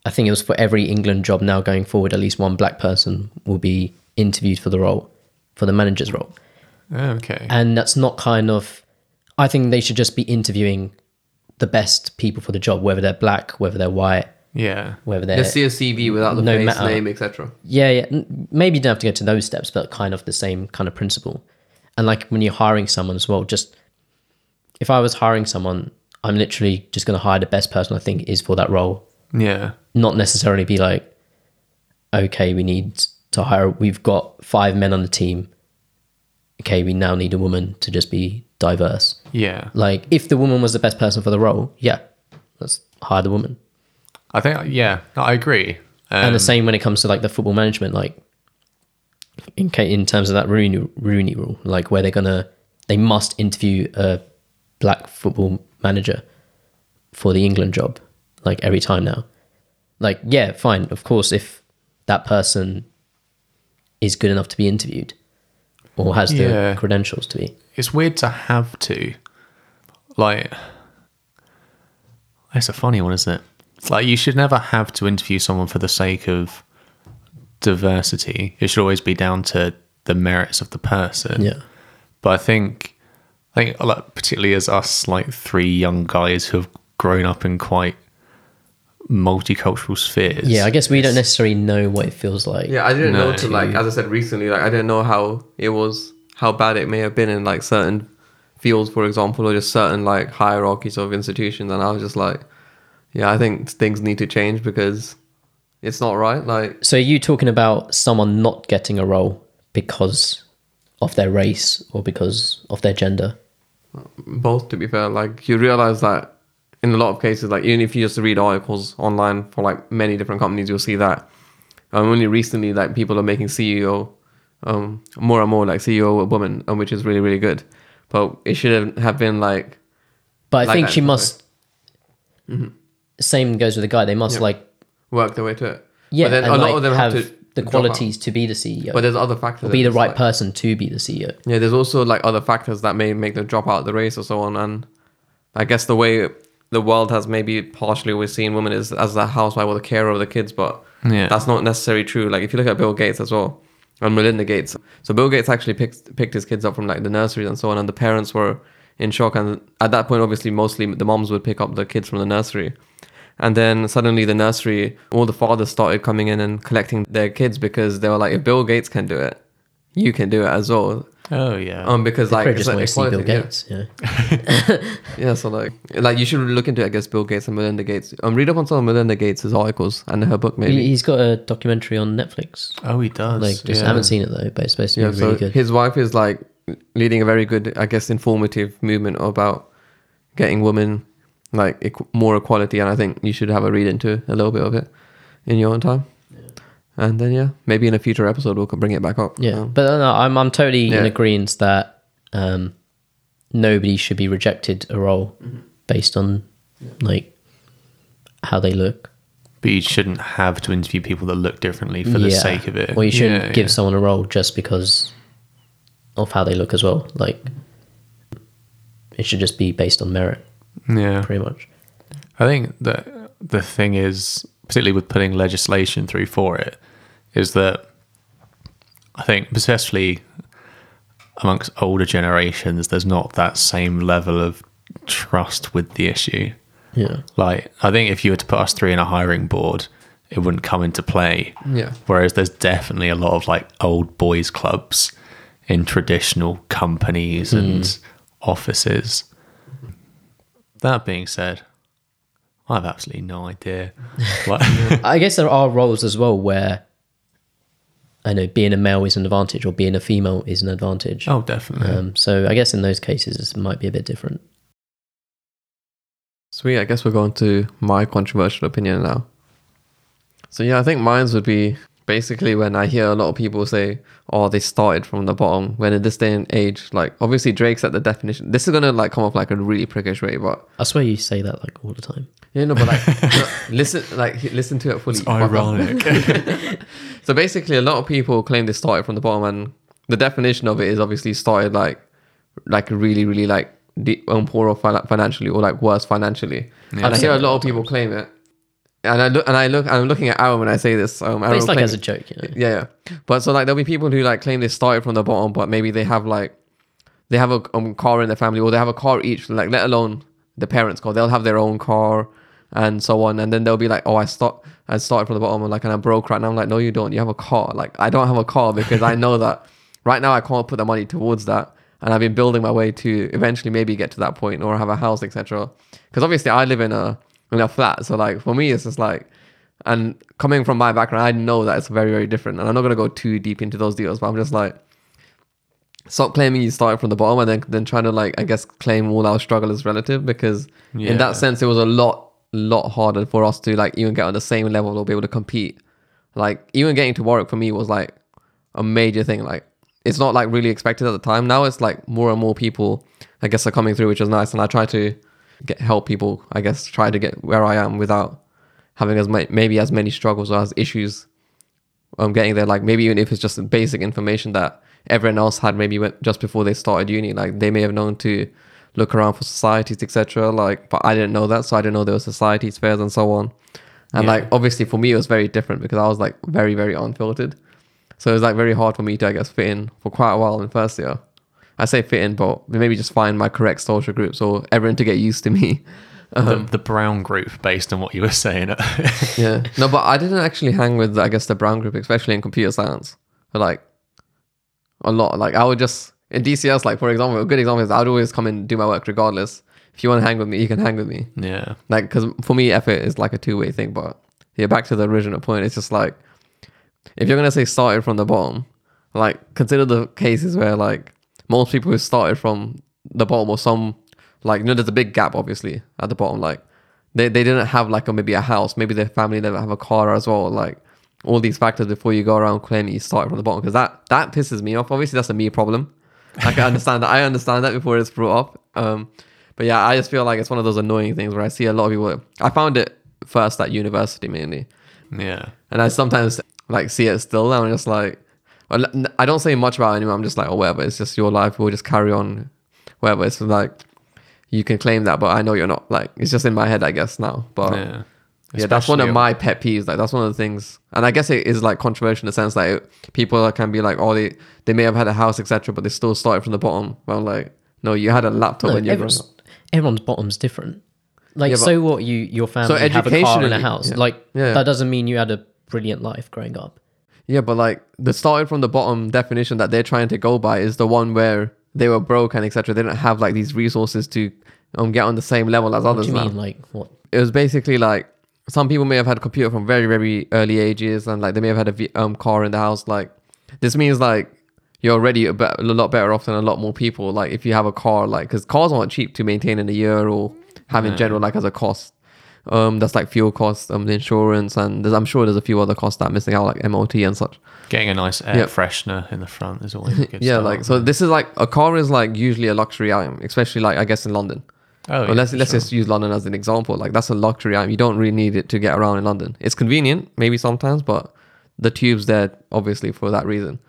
C: I think it was for every England job now going forward, at least one black person will be interviewed for the role, for the manager's role.
B: Oh, okay.
C: And that's not kind of, I think they should just be interviewing the best people for the job, whether they're black, whether they're white,
B: yeah.
C: whether
A: just
C: they're.
A: see a CV without the
C: No
A: face,
C: matter.
A: name, etc.
C: Yeah, yeah. N- Maybe you don't have to go to those steps, but kind of the same kind of principle. And like when you're hiring someone as well, just if I was hiring someone, I'm literally just going to hire the best person I think is for that role.
B: Yeah.
C: Not necessarily be like, okay, we need to hire, we've got five men on the team. Okay, we now need a woman to just be diverse.
B: Yeah.
C: Like if the woman was the best person for the role, yeah, let's hire the woman.
B: I think, yeah, no, I agree. Um,
C: and the same when it comes to like the football management like in ca- in terms of that Rooney Rooney rule, like where they're gonna they must interview a black football manager for the England job, like every time now. Like yeah, fine, of course, if that person is good enough to be interviewed or has the
B: Yeah.
C: credentials to be.
B: it's weird to have to. Like, that's a funny one, isn't it? It's Like, you should never have to interview someone for the sake of diversity. It should always be down to the merits of the person.
C: Yeah.
B: But I think, I think, like, particularly as us, like three young guys who have grown up in quite multicultural spheres.
C: Yeah, I guess we don't necessarily know what it feels like.
A: Yeah, I didn't
B: No,
A: know to like
B: you-
A: as I said recently, like I didn't know how it was how bad it may have been in like certain fields, for example, or just certain like hierarchies of institutions and I was just like, Yeah, I think things need to change because it's not right. Like
C: So are you talking about someone not getting a role because of their race or because of their gender?
A: both to be fair, like you realise that in a lot of cases, like even if you just read articles online for like many different companies, you'll see that um, only recently like people are making CEO um, more and more like CEO a woman, um, which is really really good. But it should have been like
C: But I
A: Like
C: think
A: that,
C: she
A: okay.
C: must.
A: Mm-hmm.
C: Same goes with the guy. They must like
A: work their way to it.
C: yeah,
A: but then a
C: and,
A: lot
C: like,
A: of them have,
C: have,
A: to
C: the
A: drop out.
C: qualities to be the CEO,
A: But there's other factors.
C: or be
A: that
C: the
A: it's
C: right
A: like-
C: person to be the E CEO.
A: Yeah, there's also like other factors that may make them drop out of the race or so on. And I guess the way the world has maybe partially always seen women is as the housewife or the carer of the kids, but
B: Yeah.
A: that's not necessarily true. Like if you look at Bill Gates as well and Melinda Gates, so Bill Gates actually picked picked his kids up from like the nurseries and so on, and the parents were in shock. And at that point, obviously, mostly the moms would pick up the kids from the nursery. And then suddenly, the nursery, all the fathers started coming in and collecting their kids because they were like, if Bill Gates can do it, you can do it as well.
B: Oh, yeah.
A: Um, because like
C: Probably
A: it's
C: just
A: an
C: want to see Bill
A: equality, yeah.
C: Gates. Yeah.
A: Yeah, so like, like you should look into, I guess, Bill Gates and Melinda Gates. Um, read up on some of Melinda Gates' articles and her book, maybe.
C: He, has got a documentary on Netflix.
B: oh, he does.
C: Like, just
B: yeah.
C: haven't seen it though, but it's supposed to
A: yeah,
C: be
A: so
C: really good.
A: his wife is like leading a very good, I guess, informative movement about getting women like equ- more equality, and I think you should have a read into a little bit of it in your own time. And then yeah, maybe in a future episode we'll bring it back up.
C: Yeah,
A: Um,
C: but uh, no, I'm I'm totally in
A: Yeah.
C: agreement that um, nobody should be rejected a role
B: Mm-hmm.
C: based on like how they look
B: But you shouldn't have to interview people that look differently for the
C: Yeah.
B: sake of it.
C: Or you shouldn't
B: Yeah,
C: give
B: yeah.
C: someone a role just because of how they look as well. Like it should just be based on merit,
B: Yeah.
C: pretty much.
B: I think that the thing is, particularly with putting legislation through for it, is that I think, especially amongst older generations, there's not that same level of trust with the issue.
C: Yeah,
B: Like, I think if you were to put us three in a hiring board, it wouldn't come into play.
A: Yeah.
B: Whereas there's definitely a lot of like old boys clubs in traditional companies and offices. That being said, I have absolutely no idea. Like,
C: I guess there are roles as well where I know being a male is an advantage or being a female is an advantage.
B: oh, definitely.
C: Um, so I guess in those cases it might be a bit different.
A: Sweet. I guess we're going to my controversial opinion now. So yeah, I think mines would be basically when I hear a lot of people say, "Oh, they started from the bottom." When in this day and age, like obviously Drake's at the definition. This is gonna like come off like a really prickish way, but
C: I swear you say that like all the time.
A: you know, but like no, listen, like he- listen to it fully.
B: it's
A: Fuck up.
B: ironic.
A: So basically, a lot of people claim they started from the bottom, and the definition of it is obviously started like, like really, really like deep, um, poor or fin- financially, or like worse financially. and I hear a lot of people claim it, and I look, and I look, and I'm looking at Aaron when I say this. Um,
C: But
A: Aaron
C: it's like
A: claim-
C: as a joke, you know.
A: yeah, yeah. But so like there'll be people who like claim they started from the bottom, but maybe they have like they have a um, car in their family, or they have a car each. Like let alone the parents' car, they'll have their own car and so on. And then they'll be like, "Oh, I start, I started from the bottom, and like, and I'm broke right now." I'm like, "No, you don't. You have a car. Like, I don't have a car because I know that right now I can't put the money towards that." And I've been building my way to eventually maybe get to that point or have a house, etc. Because obviously I live in a in a flat, so like for me it's just like and coming from my background, I know that it's very, very different. And I'm not gonna go too deep into those deals, but I'm just like, stop claiming you started from the bottom and then then trying to like, I guess, claim all our struggle as relative because in
B: Yeah.
A: that sense, it was a lot, lot harder for us to like even get on the same level or be able to compete. Like even getting to Warwick for me was like, a major thing. Like it's not like really expected at the time. Now it's like more and more people, I guess, are coming through, which is nice. And I try to get help people. I guess try to get where I am without having as ma- maybe as many struggles or as issues. um, getting there. Like maybe even if it's just basic information that everyone else had, maybe when- just before they started uni, like they may have known to look around for societies, etc. Like, but I didn't know that, so I didn't know there were societies, fairs, and so on. And
B: Yeah.
A: like obviously for me it was very different because I was like very very unfiltered. So it was like very hard for me to, I guess, fit in for quite a while in first year. I say fit in, but maybe just find my correct social groups or everyone to get used to me. um,
B: the, the brown group, based on what you were saying.
A: yeah. No, but I didn't actually hang with, I guess, the brown group, especially in computer science. But like a lot. Like I would just in DCS, like for example, a good example is I'd always come and do my work regardless. If you want to hang with me, you can hang with me.
B: yeah.
A: Like because for me, effort is like a two way thing. But yeah, back to the original point, it's just like if you're gonna say started from the bottom, like consider the cases where like most people who started from the bottom or some like you know there's a big gap obviously at the bottom like they, they didn't have like a, maybe a house maybe their family didn't have a car as well like all these factors before you go around claiming you started from the bottom because that that pisses me off obviously that's a me problem I can understand that I understand that before it's brought up um but yeah I just feel like it's one of those annoying things where I see a lot of people I found it first at university mainly
B: Yeah.
A: and I sometimes like see it still, and I'm just like, I I don't say much about it anymore. I'm just like, oh, whatever. It's just your life. We'll just carry on, whatever. It's like you can claim that, but I know you're not. Like it's just in my head, I guess now. But yeah,
B: Yeah.
A: that's one of
B: Especially-
A: my pet peeves. Like that's one of the things, and I guess it is like controversial in the sense that it, people can be like, oh, they they may have had a house, etc., but they still started from the bottom. But I'm like, no, you had a laptop
C: No,
A: when you were growing
C: everyone's,
A: up.
C: everyone's bottom's different. Like,
A: Yeah, but-
C: so what? You your family have a car and a
A: educationally,
C: house.
A: yeah.
C: Like
A: Yeah.
C: that doesn't mean you had a brilliant life growing up.
A: Yeah, but like the started from the bottom definition that they're trying to go by is the one where they were broke and etc. They didn't have like these resources to um get on the same level as
C: What
A: others.
C: do you
A: now.
C: mean? Like what?
A: It was basically like some people may have had a computer from very very early ages, and like they may have had a v- um car in the house. Like this means like you're already a, be- a lot better off than a lot more people. Like if you have a car, like because cars aren't cheap to maintain in a year or have in general, like as a cost. Um, that's like fuel costs, um, the insurance, and there's, I'm sure there's a few other costs that I'm missing out, like MOT and such.
B: Getting a nice air
A: Yeah.
B: freshener in the front is always a good
A: Yeah,
B: start.
A: like so. This is like a car is like usually a luxury item, especially like I guess in London.
B: Oh,
A: Or
B: yeah,
A: let's
B: for
A: let's
B: sure.
A: just use London as an example. Like that's a luxury item. You don't really need it to get around in London. It's convenient, maybe sometimes, but the tubes there obviously for that reason.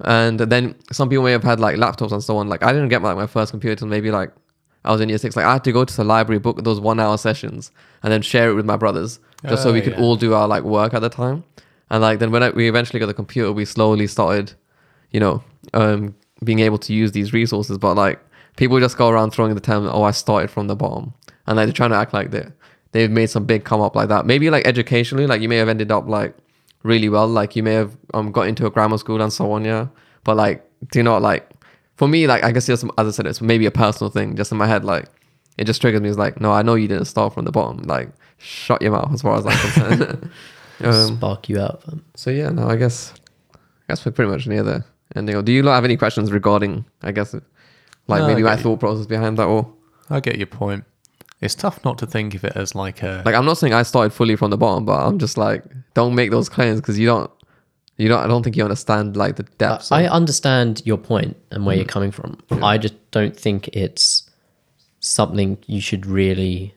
A: And then some people may have had like laptops and so on. Like I didn't get like my first computer till maybe like I was in year six. Like I had to go to the library, book those one hour sessions, and then share it with my brothers just so
B: Oh,
A: we could
B: yeah.
A: all do our like work at the time. And like then when I, we eventually got the computer, we slowly started, you know, um, being able to use these resources. But like people just go around throwing the term, oh, I started from the bottom, and like they're trying to act like they they've made some big come up like that. Maybe like educationally, like you may have ended up like really well, like you may have um got into a grammar school and so on, yeah. But like, do not like for me, like I guess just as I said, it's maybe a personal thing, just in my head, like it just triggers me. It's like, no, I know you didn't start from the bottom. Like, shut your mouth as far as I'm concerned. um,
C: spark you out. Um,
A: so yeah, no, I guess I guess we're pretty much near the ending. Do you lot have any questions regarding, I guess, like
B: No, I
A: maybe
B: get
A: my
B: you.
A: thought process behind that, or
B: I get your point. It's tough not to think of it as like a
A: like I'm not saying I started fully from the bottom, but I'm just like, don't make those claims because you don't, you don't. I don't think you understand like the depths.
C: I
A: of-
C: understand your point and
A: Mm.
C: where you're coming from. I just don't think it's something you should really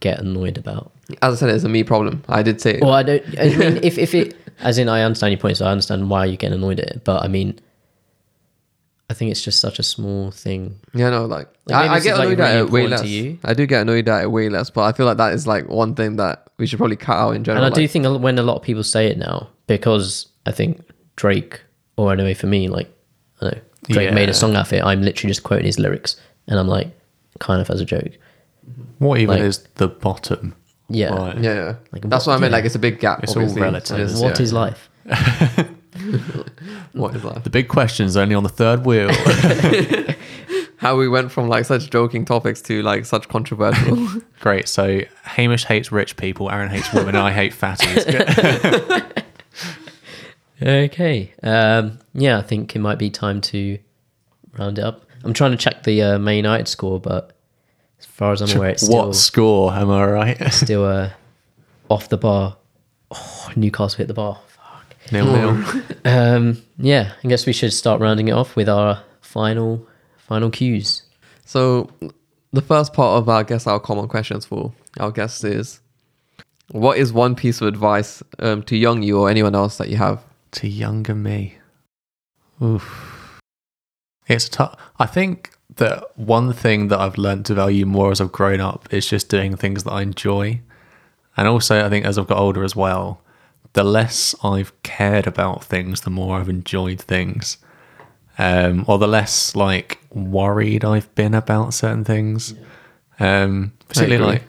C: get annoyed about.
A: as I said, it's a me problem. I did say, it.
C: Well, I don't. I mean, if if it, as in, I understand your point, so I understand why you're getting annoyed at it. But I mean, I think it's just such a small thing.
A: yeah, no, like,
C: Like, maybe
A: I, I
C: this
A: get
C: is, like,
A: annoyed at
C: really
A: it way
C: important
A: less.
C: to you.
A: I do get annoyed at it way less, but I feel like that is like one thing that we should probably cut out in
C: And
A: general.
C: I do
A: like-
C: think a lot- when a lot of people say it now, because I think Drake, or anyway, for me, like, I don't know, Drake made
B: Yeah.
C: a song out of it. I'm literally just quoting his lyrics, and I'm like, kind of as a joke.
B: what even
C: like-
B: is the bottom?
C: Yeah.
B: Right.
A: yeah, yeah.
C: Like,
A: that's
C: what-
A: what, I meant.
C: yeah.
A: Like, it's a big gap.
B: It's all
A: obviously, and
B: relative.
A: it's-
C: What
A: yeah.
C: is life?
A: what is life?
B: The big question's only on the third wheel.
A: how we went from like such joking topics to like such controversial.
B: Great. So Hamish hates rich people, Aaron hates women, and I hate fatties.
C: Okay. Um, yeah, I think it might be time to round it up. I'm trying to check the uh, Man United score, but as far as I'm aware, it's still
B: what score am I right?
C: still uh, off the bar. Oh, Newcastle hit the bar. Fuck.
B: Nil nil.
C: Um, yeah, I guess we should start rounding it off with our final final cues.
A: So, the first part of, I guess, our common questions for our guests is what is one piece of advice um, to young you or anyone else that you have?
B: to younger me. Oof. It's tough. I think that one thing that I've learned to value more as I've grown up is just doing things that I enjoy. And also, I think as I've got older as well, the less I've cared about things, the more I've enjoyed things. Um, or the less like worried I've been about certain things. Um, particularly
A: agree.
B: like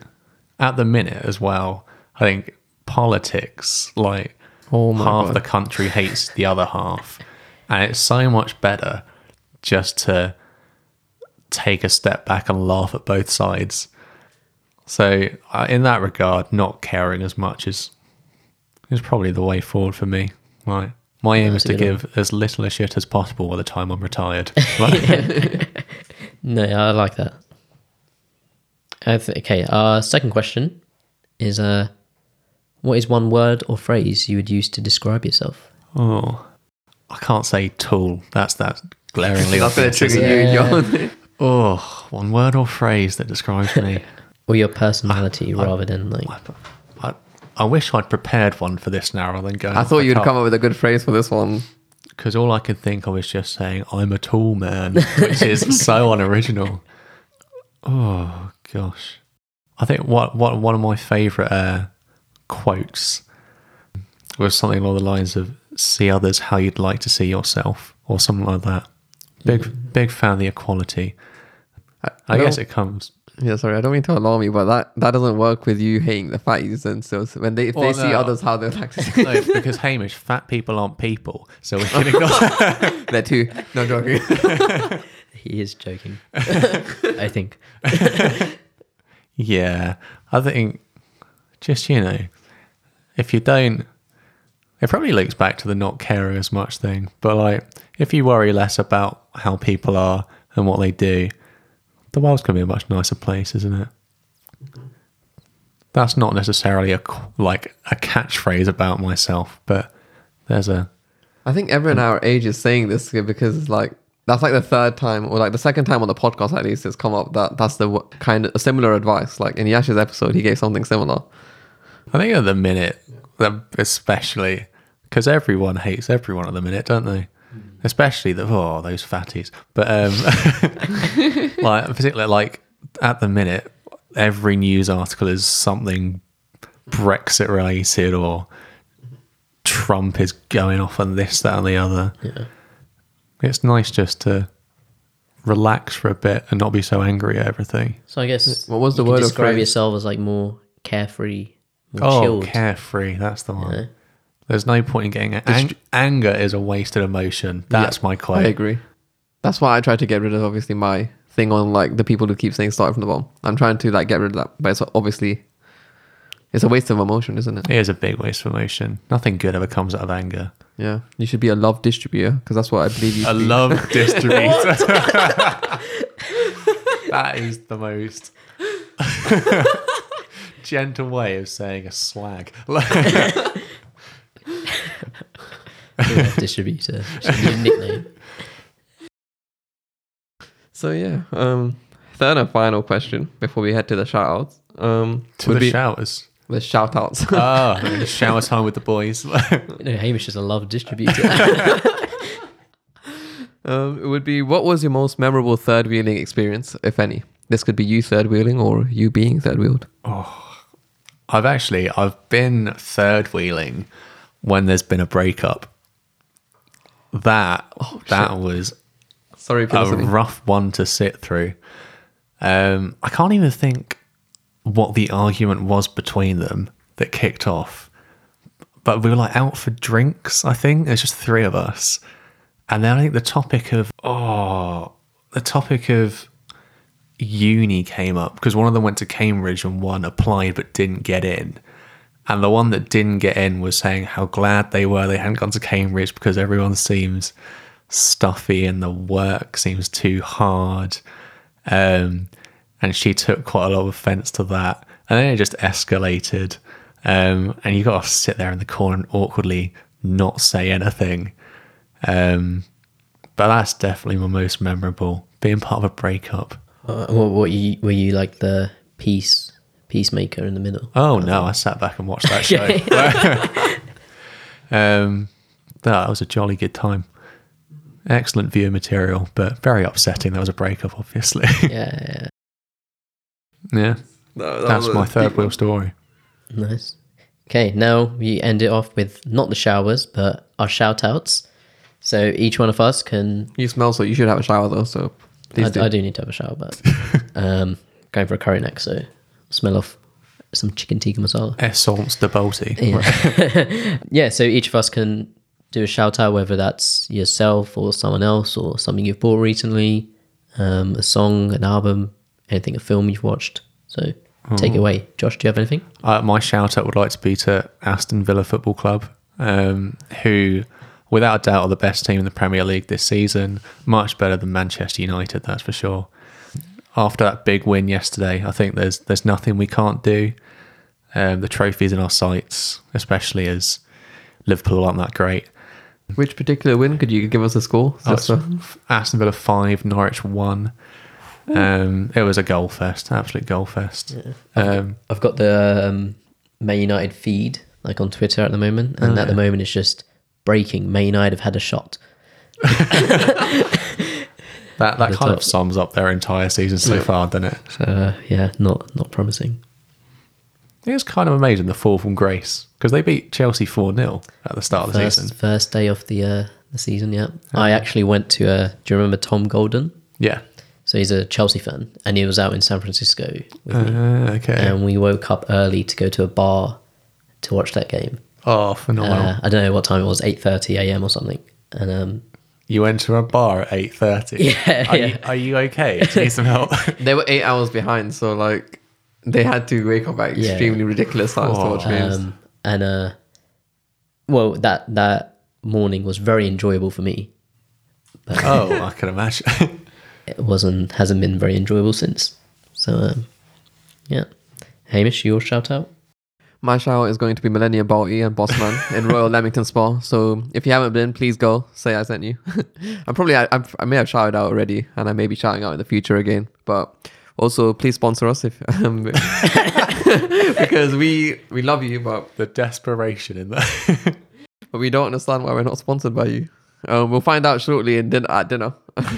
B: at the minute as well. I think politics, like
A: Oh my
B: half
A: God.
B: the country hates the other half. And it's so much better just to take a step back and laugh at both sides. So, uh, in that regard, not caring as much is is probably the way forward for me. Right. My aim is
C: that's a
B: to
C: good
B: give as little a shit as possible by the time I'm retired.
C: No, I like that. I th- okay, our second question is uh, what is one word or phrase you would use to describe yourself?
B: oh, I can't say tool. That's that glaringly
A: That's going to
B: obvious.
A: trigger you,
C: Yeah.
A: John.
B: Oh, one word or phrase that describes me.
C: Or your personality rather than like.
B: I, I wish I'd prepared one for this now rather than going.
A: I thought you'd come up with a good phrase for this one.
B: because all I could think of was just saying I'm a tall man, which is so unoriginal. Oh gosh, I think what what one of my favourite uh, quotes was something along the lines of "See others how you'd like to see yourself" or something like that. Big big fan of the equality.
A: I,
B: I guess
A: don't-
B: it comes
A: Yeah, sorry, I don't mean to alarm you, but that, that doesn't work with you hating the fatties. And so so when they if
B: Well,
A: they see
B: no.
A: others how they're like,
B: no, because Hamish, fat people aren't people, so we can ignore.
A: they're too. No joking.
C: He is joking. I think.
B: Yeah, I think just you know, if you don't, it probably links back to the not caring as much thing. But like, if you worry less about how people are and what they do, the world's gonna be a much nicer place, isn't it? That's not necessarily a qu- like a catchphrase about myself, but there's a
A: I think everyone our age is saying this because it's like that's like the third time or like the second time on the podcast at least it's come up that that's the w- kind of similar advice. Like in Yash's episode, he gave something similar.
B: I think at the minute, that- especially because everyone hates everyone at the minute, don't they? Especially the oh those fatties, but um, like particularly like at the minute, every news article is something Brexit related or Trump is going off on this, that, and the other.
C: Yeah.
B: It's nice just to relax for a bit and not be so angry at everything.
C: So I guess.
A: What was the
C: you could
A: word or
C: Describe
A: phrase?
C: yourself as like more carefree, more
B: Oh,
C: chilled.
B: carefree. That's the one.
C: Yeah.
B: There's no point in getting ang- anger is a wasted emotion. That's my
A: I
B: quote.
A: agree. That's why I try to get rid of obviously my thing on like the people who keep saying start from the bottom. I'm trying to like get rid of that, but it's obviously it's a waste of emotion, isn't it?
B: It is a big waste of emotion. Nothing good ever comes out of anger.
A: Yeah, you should be a love distributor because that's what I believe you.
B: A
A: should be.
B: love distributor. that is the most gentle way of saying a slag.
C: Yeah, distributor. Should be a nickname.
A: So yeah, um, third and final question before we head to the shout outs. Um,
B: to
A: would
B: the
A: be
B: showers.
A: the shout outs.
B: Oh, shower time with the boys.
C: No, Hamish is a love distributor.
A: Um, it would be what was your most memorable third wheeling experience, if any? This could be you third wheeling or you being third wheeled.
B: I've actually I've been third wheeling when there's been a breakup. That that was
A: Sorry for
B: a
A: listening.
B: rough one to sit through. Um, I can't even think what the argument was between them that kicked off. But we were like out for drinks, I think. There's just three of us. And then I think the topic of, oh, the topic of uni came up because one of them went to Cambridge and one applied but didn't get in. And the one that didn't get in was saying how glad they were they hadn't gone to Cambridge because everyone seems stuffy and the work seems too hard. Um, and she took quite a lot of offense to that. And then it just escalated. Um, and you got to sit there in the corner and awkwardly not say anything. Um, but that's definitely my most memorable being part of a breakup.
C: Uh, what, what you, were you like the peace peacemaker in the middle?
B: Oh no, I sat back and watched that show. um, that was a jolly good time. Excellent viewer material, but very upsetting. That was a breakup, obviously.
C: Yeah, yeah.
B: yeah,
A: No, that
B: that's
A: was-
B: my third wheel story.
C: Nice. Okay, now we end it off with not the showers, but our shout outs. So each one of us can.
A: You smell, so you should have a shower though. So
C: I,
A: please do.
C: I do need to have a shower, but um, going for a curry next, so smell off some chicken tikka masala.
B: Essence de Bolty.
C: Yeah, so each of us can do a shout out, whether that's yourself or someone else or something you've bought recently, um, a song, an album, anything, a film you've watched. So take it away. Josh, do you have anything?
B: Uh, my shout out would like to be to Aston Villa Football Club, um, who, without a doubt, are the best team in the Premier League this season. Much better than Manchester United, that's for sure. After that big win yesterday, I think there's there's nothing we can't do. Um, the trophies in our sights, especially as Liverpool aren't that great.
A: Which particular win could you give us a score?
B: Oh,
A: Just so-
B: it's Aston Villa five, Norwich one. Um, it was a goal fest, absolute goal fest. Um,
C: I've got the um, Man United feed like on Twitter at the moment, and at the moment it's just breaking. Man United have had a shot.
B: That that
C: the
B: kind of
C: top.
B: sums up their entire season so far, doesn't it?
C: So uh, yeah, not not promising.
B: It was kind of amazing the fall from grace because they beat Chelsea four 0 at the start of the
C: First
B: season.
C: first day of the uh, the season. Yeah, I actually went to. Uh, do you remember Tom Golden?
B: Yeah.
C: So he's a Chelsea fan, and he was out in San Francisco with me,
B: Uh, okay.
C: and we woke up early to go to a bar to watch that game.
B: oh, phenomenal!
C: Uh, I don't know what time it was, eight thirty a.m. or something, and um,
B: you went to a bar at eight thirty.
C: Yeah,
B: Are,
C: yeah.
B: You, are you okay? Do you need some help?
A: they were eight hours behind, so like they had to wake up at
C: Yeah.
A: extremely ridiculous times to
B: Aw.
A: watch games.
C: um, and uh, well, that that morning was very enjoyable for me.
B: oh, I can imagine.
C: It wasn't hasn't been very enjoyable since. So um, yeah, Hamish, your shout out.
A: My shower is going to be Millennium Bounty and Bossman in Royal Leamington Spa. So if you haven't been, please go. Say I sent you. I'm probably I, I'm, I may have shouted out already, and I may be shouting out in the future again. But also, please sponsor us if um, because we we love you, but
B: the desperation in that.
A: but we don't understand why we're not sponsored by you. Um, we'll find out shortly in din- at dinner,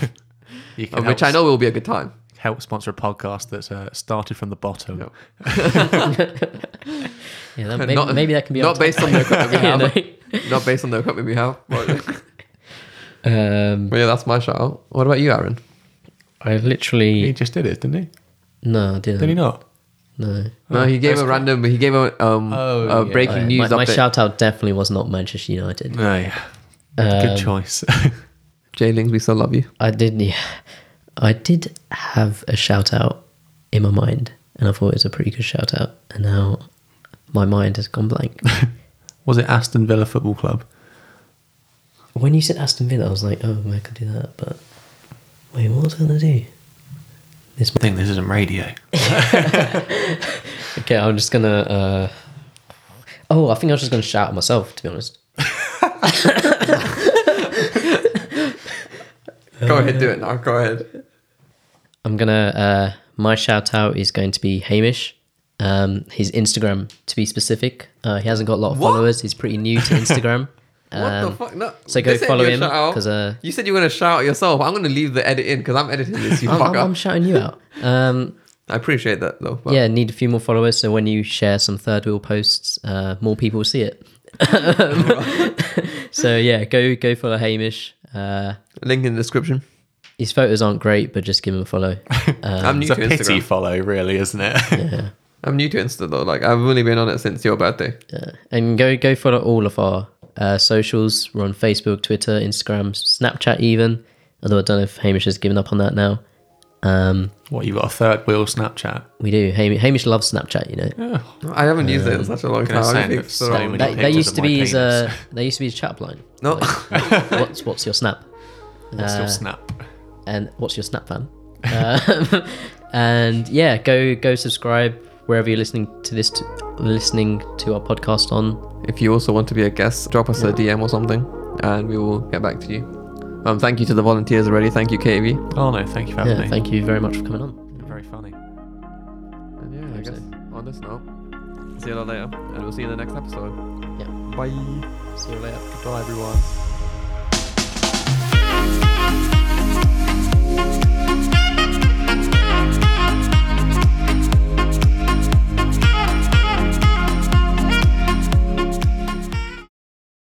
B: you can
A: which I know will be a good time.
B: help sponsor a podcast that's uh, started from the bottom.
A: Yep.
C: Yeah, that, maybe,
A: Not-
C: maybe that can be
A: not based on the equipment we have,
C: the
A: not based on the equipment we have. But,
C: um,
A: but yeah, that's my shout out. What about you, Aaron?
C: I
B: He
C: literally
B: just did it, didn't he?
C: no, I didn't.
B: Did he not?
C: No.
A: No, he gave
B: that's
A: a
B: cool.
A: random. He gave a um
B: Oh,
A: a
B: yeah.
A: breaking
C: my,
A: news
C: my
A: update.
C: shout out definitely was not Manchester United.
B: No. yeah. Good choice.
A: Jay Lings, we still love you.
C: I did, yeah, I did have a shout out in my mind, and I thought it was a pretty good shout out, and now my mind has gone blank.
B: was it Aston Villa Football Club?
C: when you said Aston Villa, I was like, oh, I could do that, but wait, what was I gonna do? This
B: I think this isn't radio.
C: okay, I'm just gonna. Uh... Oh, I think I was just gonna shout at myself, to be honest.
A: Go ahead, do it now. Go ahead.
C: I'm gonna. Uh, my shout out is going to be Hamish. Um, his Instagram, to be specific. Uh, he hasn't got a lot of
A: What?
C: followers. He's pretty new to Instagram.
A: What the
C: Um,
A: fuck? No.
C: so go
A: this ain't
C: follow
A: your
C: him,
A: shout out.
C: 'cause, uh,
A: you said you were gonna shout out yourself. I'm gonna leave the edit in because I'm editing this. You
C: I'm, I'm,
A: fucker.
C: I'm shouting you out. Um,
A: I appreciate that though. But
C: yeah, need a few more followers. So when you share some third wheel posts, uh, more people will see it. so yeah, go go follow Hamish. Uh,
A: Link in the description.
C: his photos aren't great, but just give him a follow. Uh,
A: I'm new
B: It's a
A: to Instagram.
B: pity follow, really, isn't it?
A: I'm new to Insta though. Like I've only been on it since your birthday.
C: Yeah. And go go follow all of our uh, socials. We're on Facebook, Twitter, Instagram, Snapchat, even. Although I don't know if Hamish has given up on that now. Um,
B: what, you got a third wheel Snapchat?
C: we do. Ham- Hamish loves Snapchat. You know.
A: I haven't used it in
C: Uh,
A: such a long
B: gonna
A: time. I
B: send
A: think
B: it
A: so.
B: so many-
C: That, that
B: pictures
C: used
B: of
C: to
B: my
C: be his. Uh,
B: penis.
C: that used to be his chat line.
A: No.
C: What's what's your snap?
B: What's
C: Uh,
B: your snap?
C: and what's your snap plan? Um, and yeah, go go subscribe, wherever you're listening to this, t listening to our podcast on.
A: If you also want to be a guest, drop us a DM or something and we will get back to you. Um, thank you to the volunteers already. Thank you, Katie.
B: Oh no, thank you for having
C: Yeah,
B: me.
C: thank you very much for coming on.
B: You're very funny.
A: And yeah, I
C: Thanks,
A: guess on this note, see you all later and we'll see you in the next episode.
C: Yeah.
A: Bye.
C: See you later.
B: Bye everyone.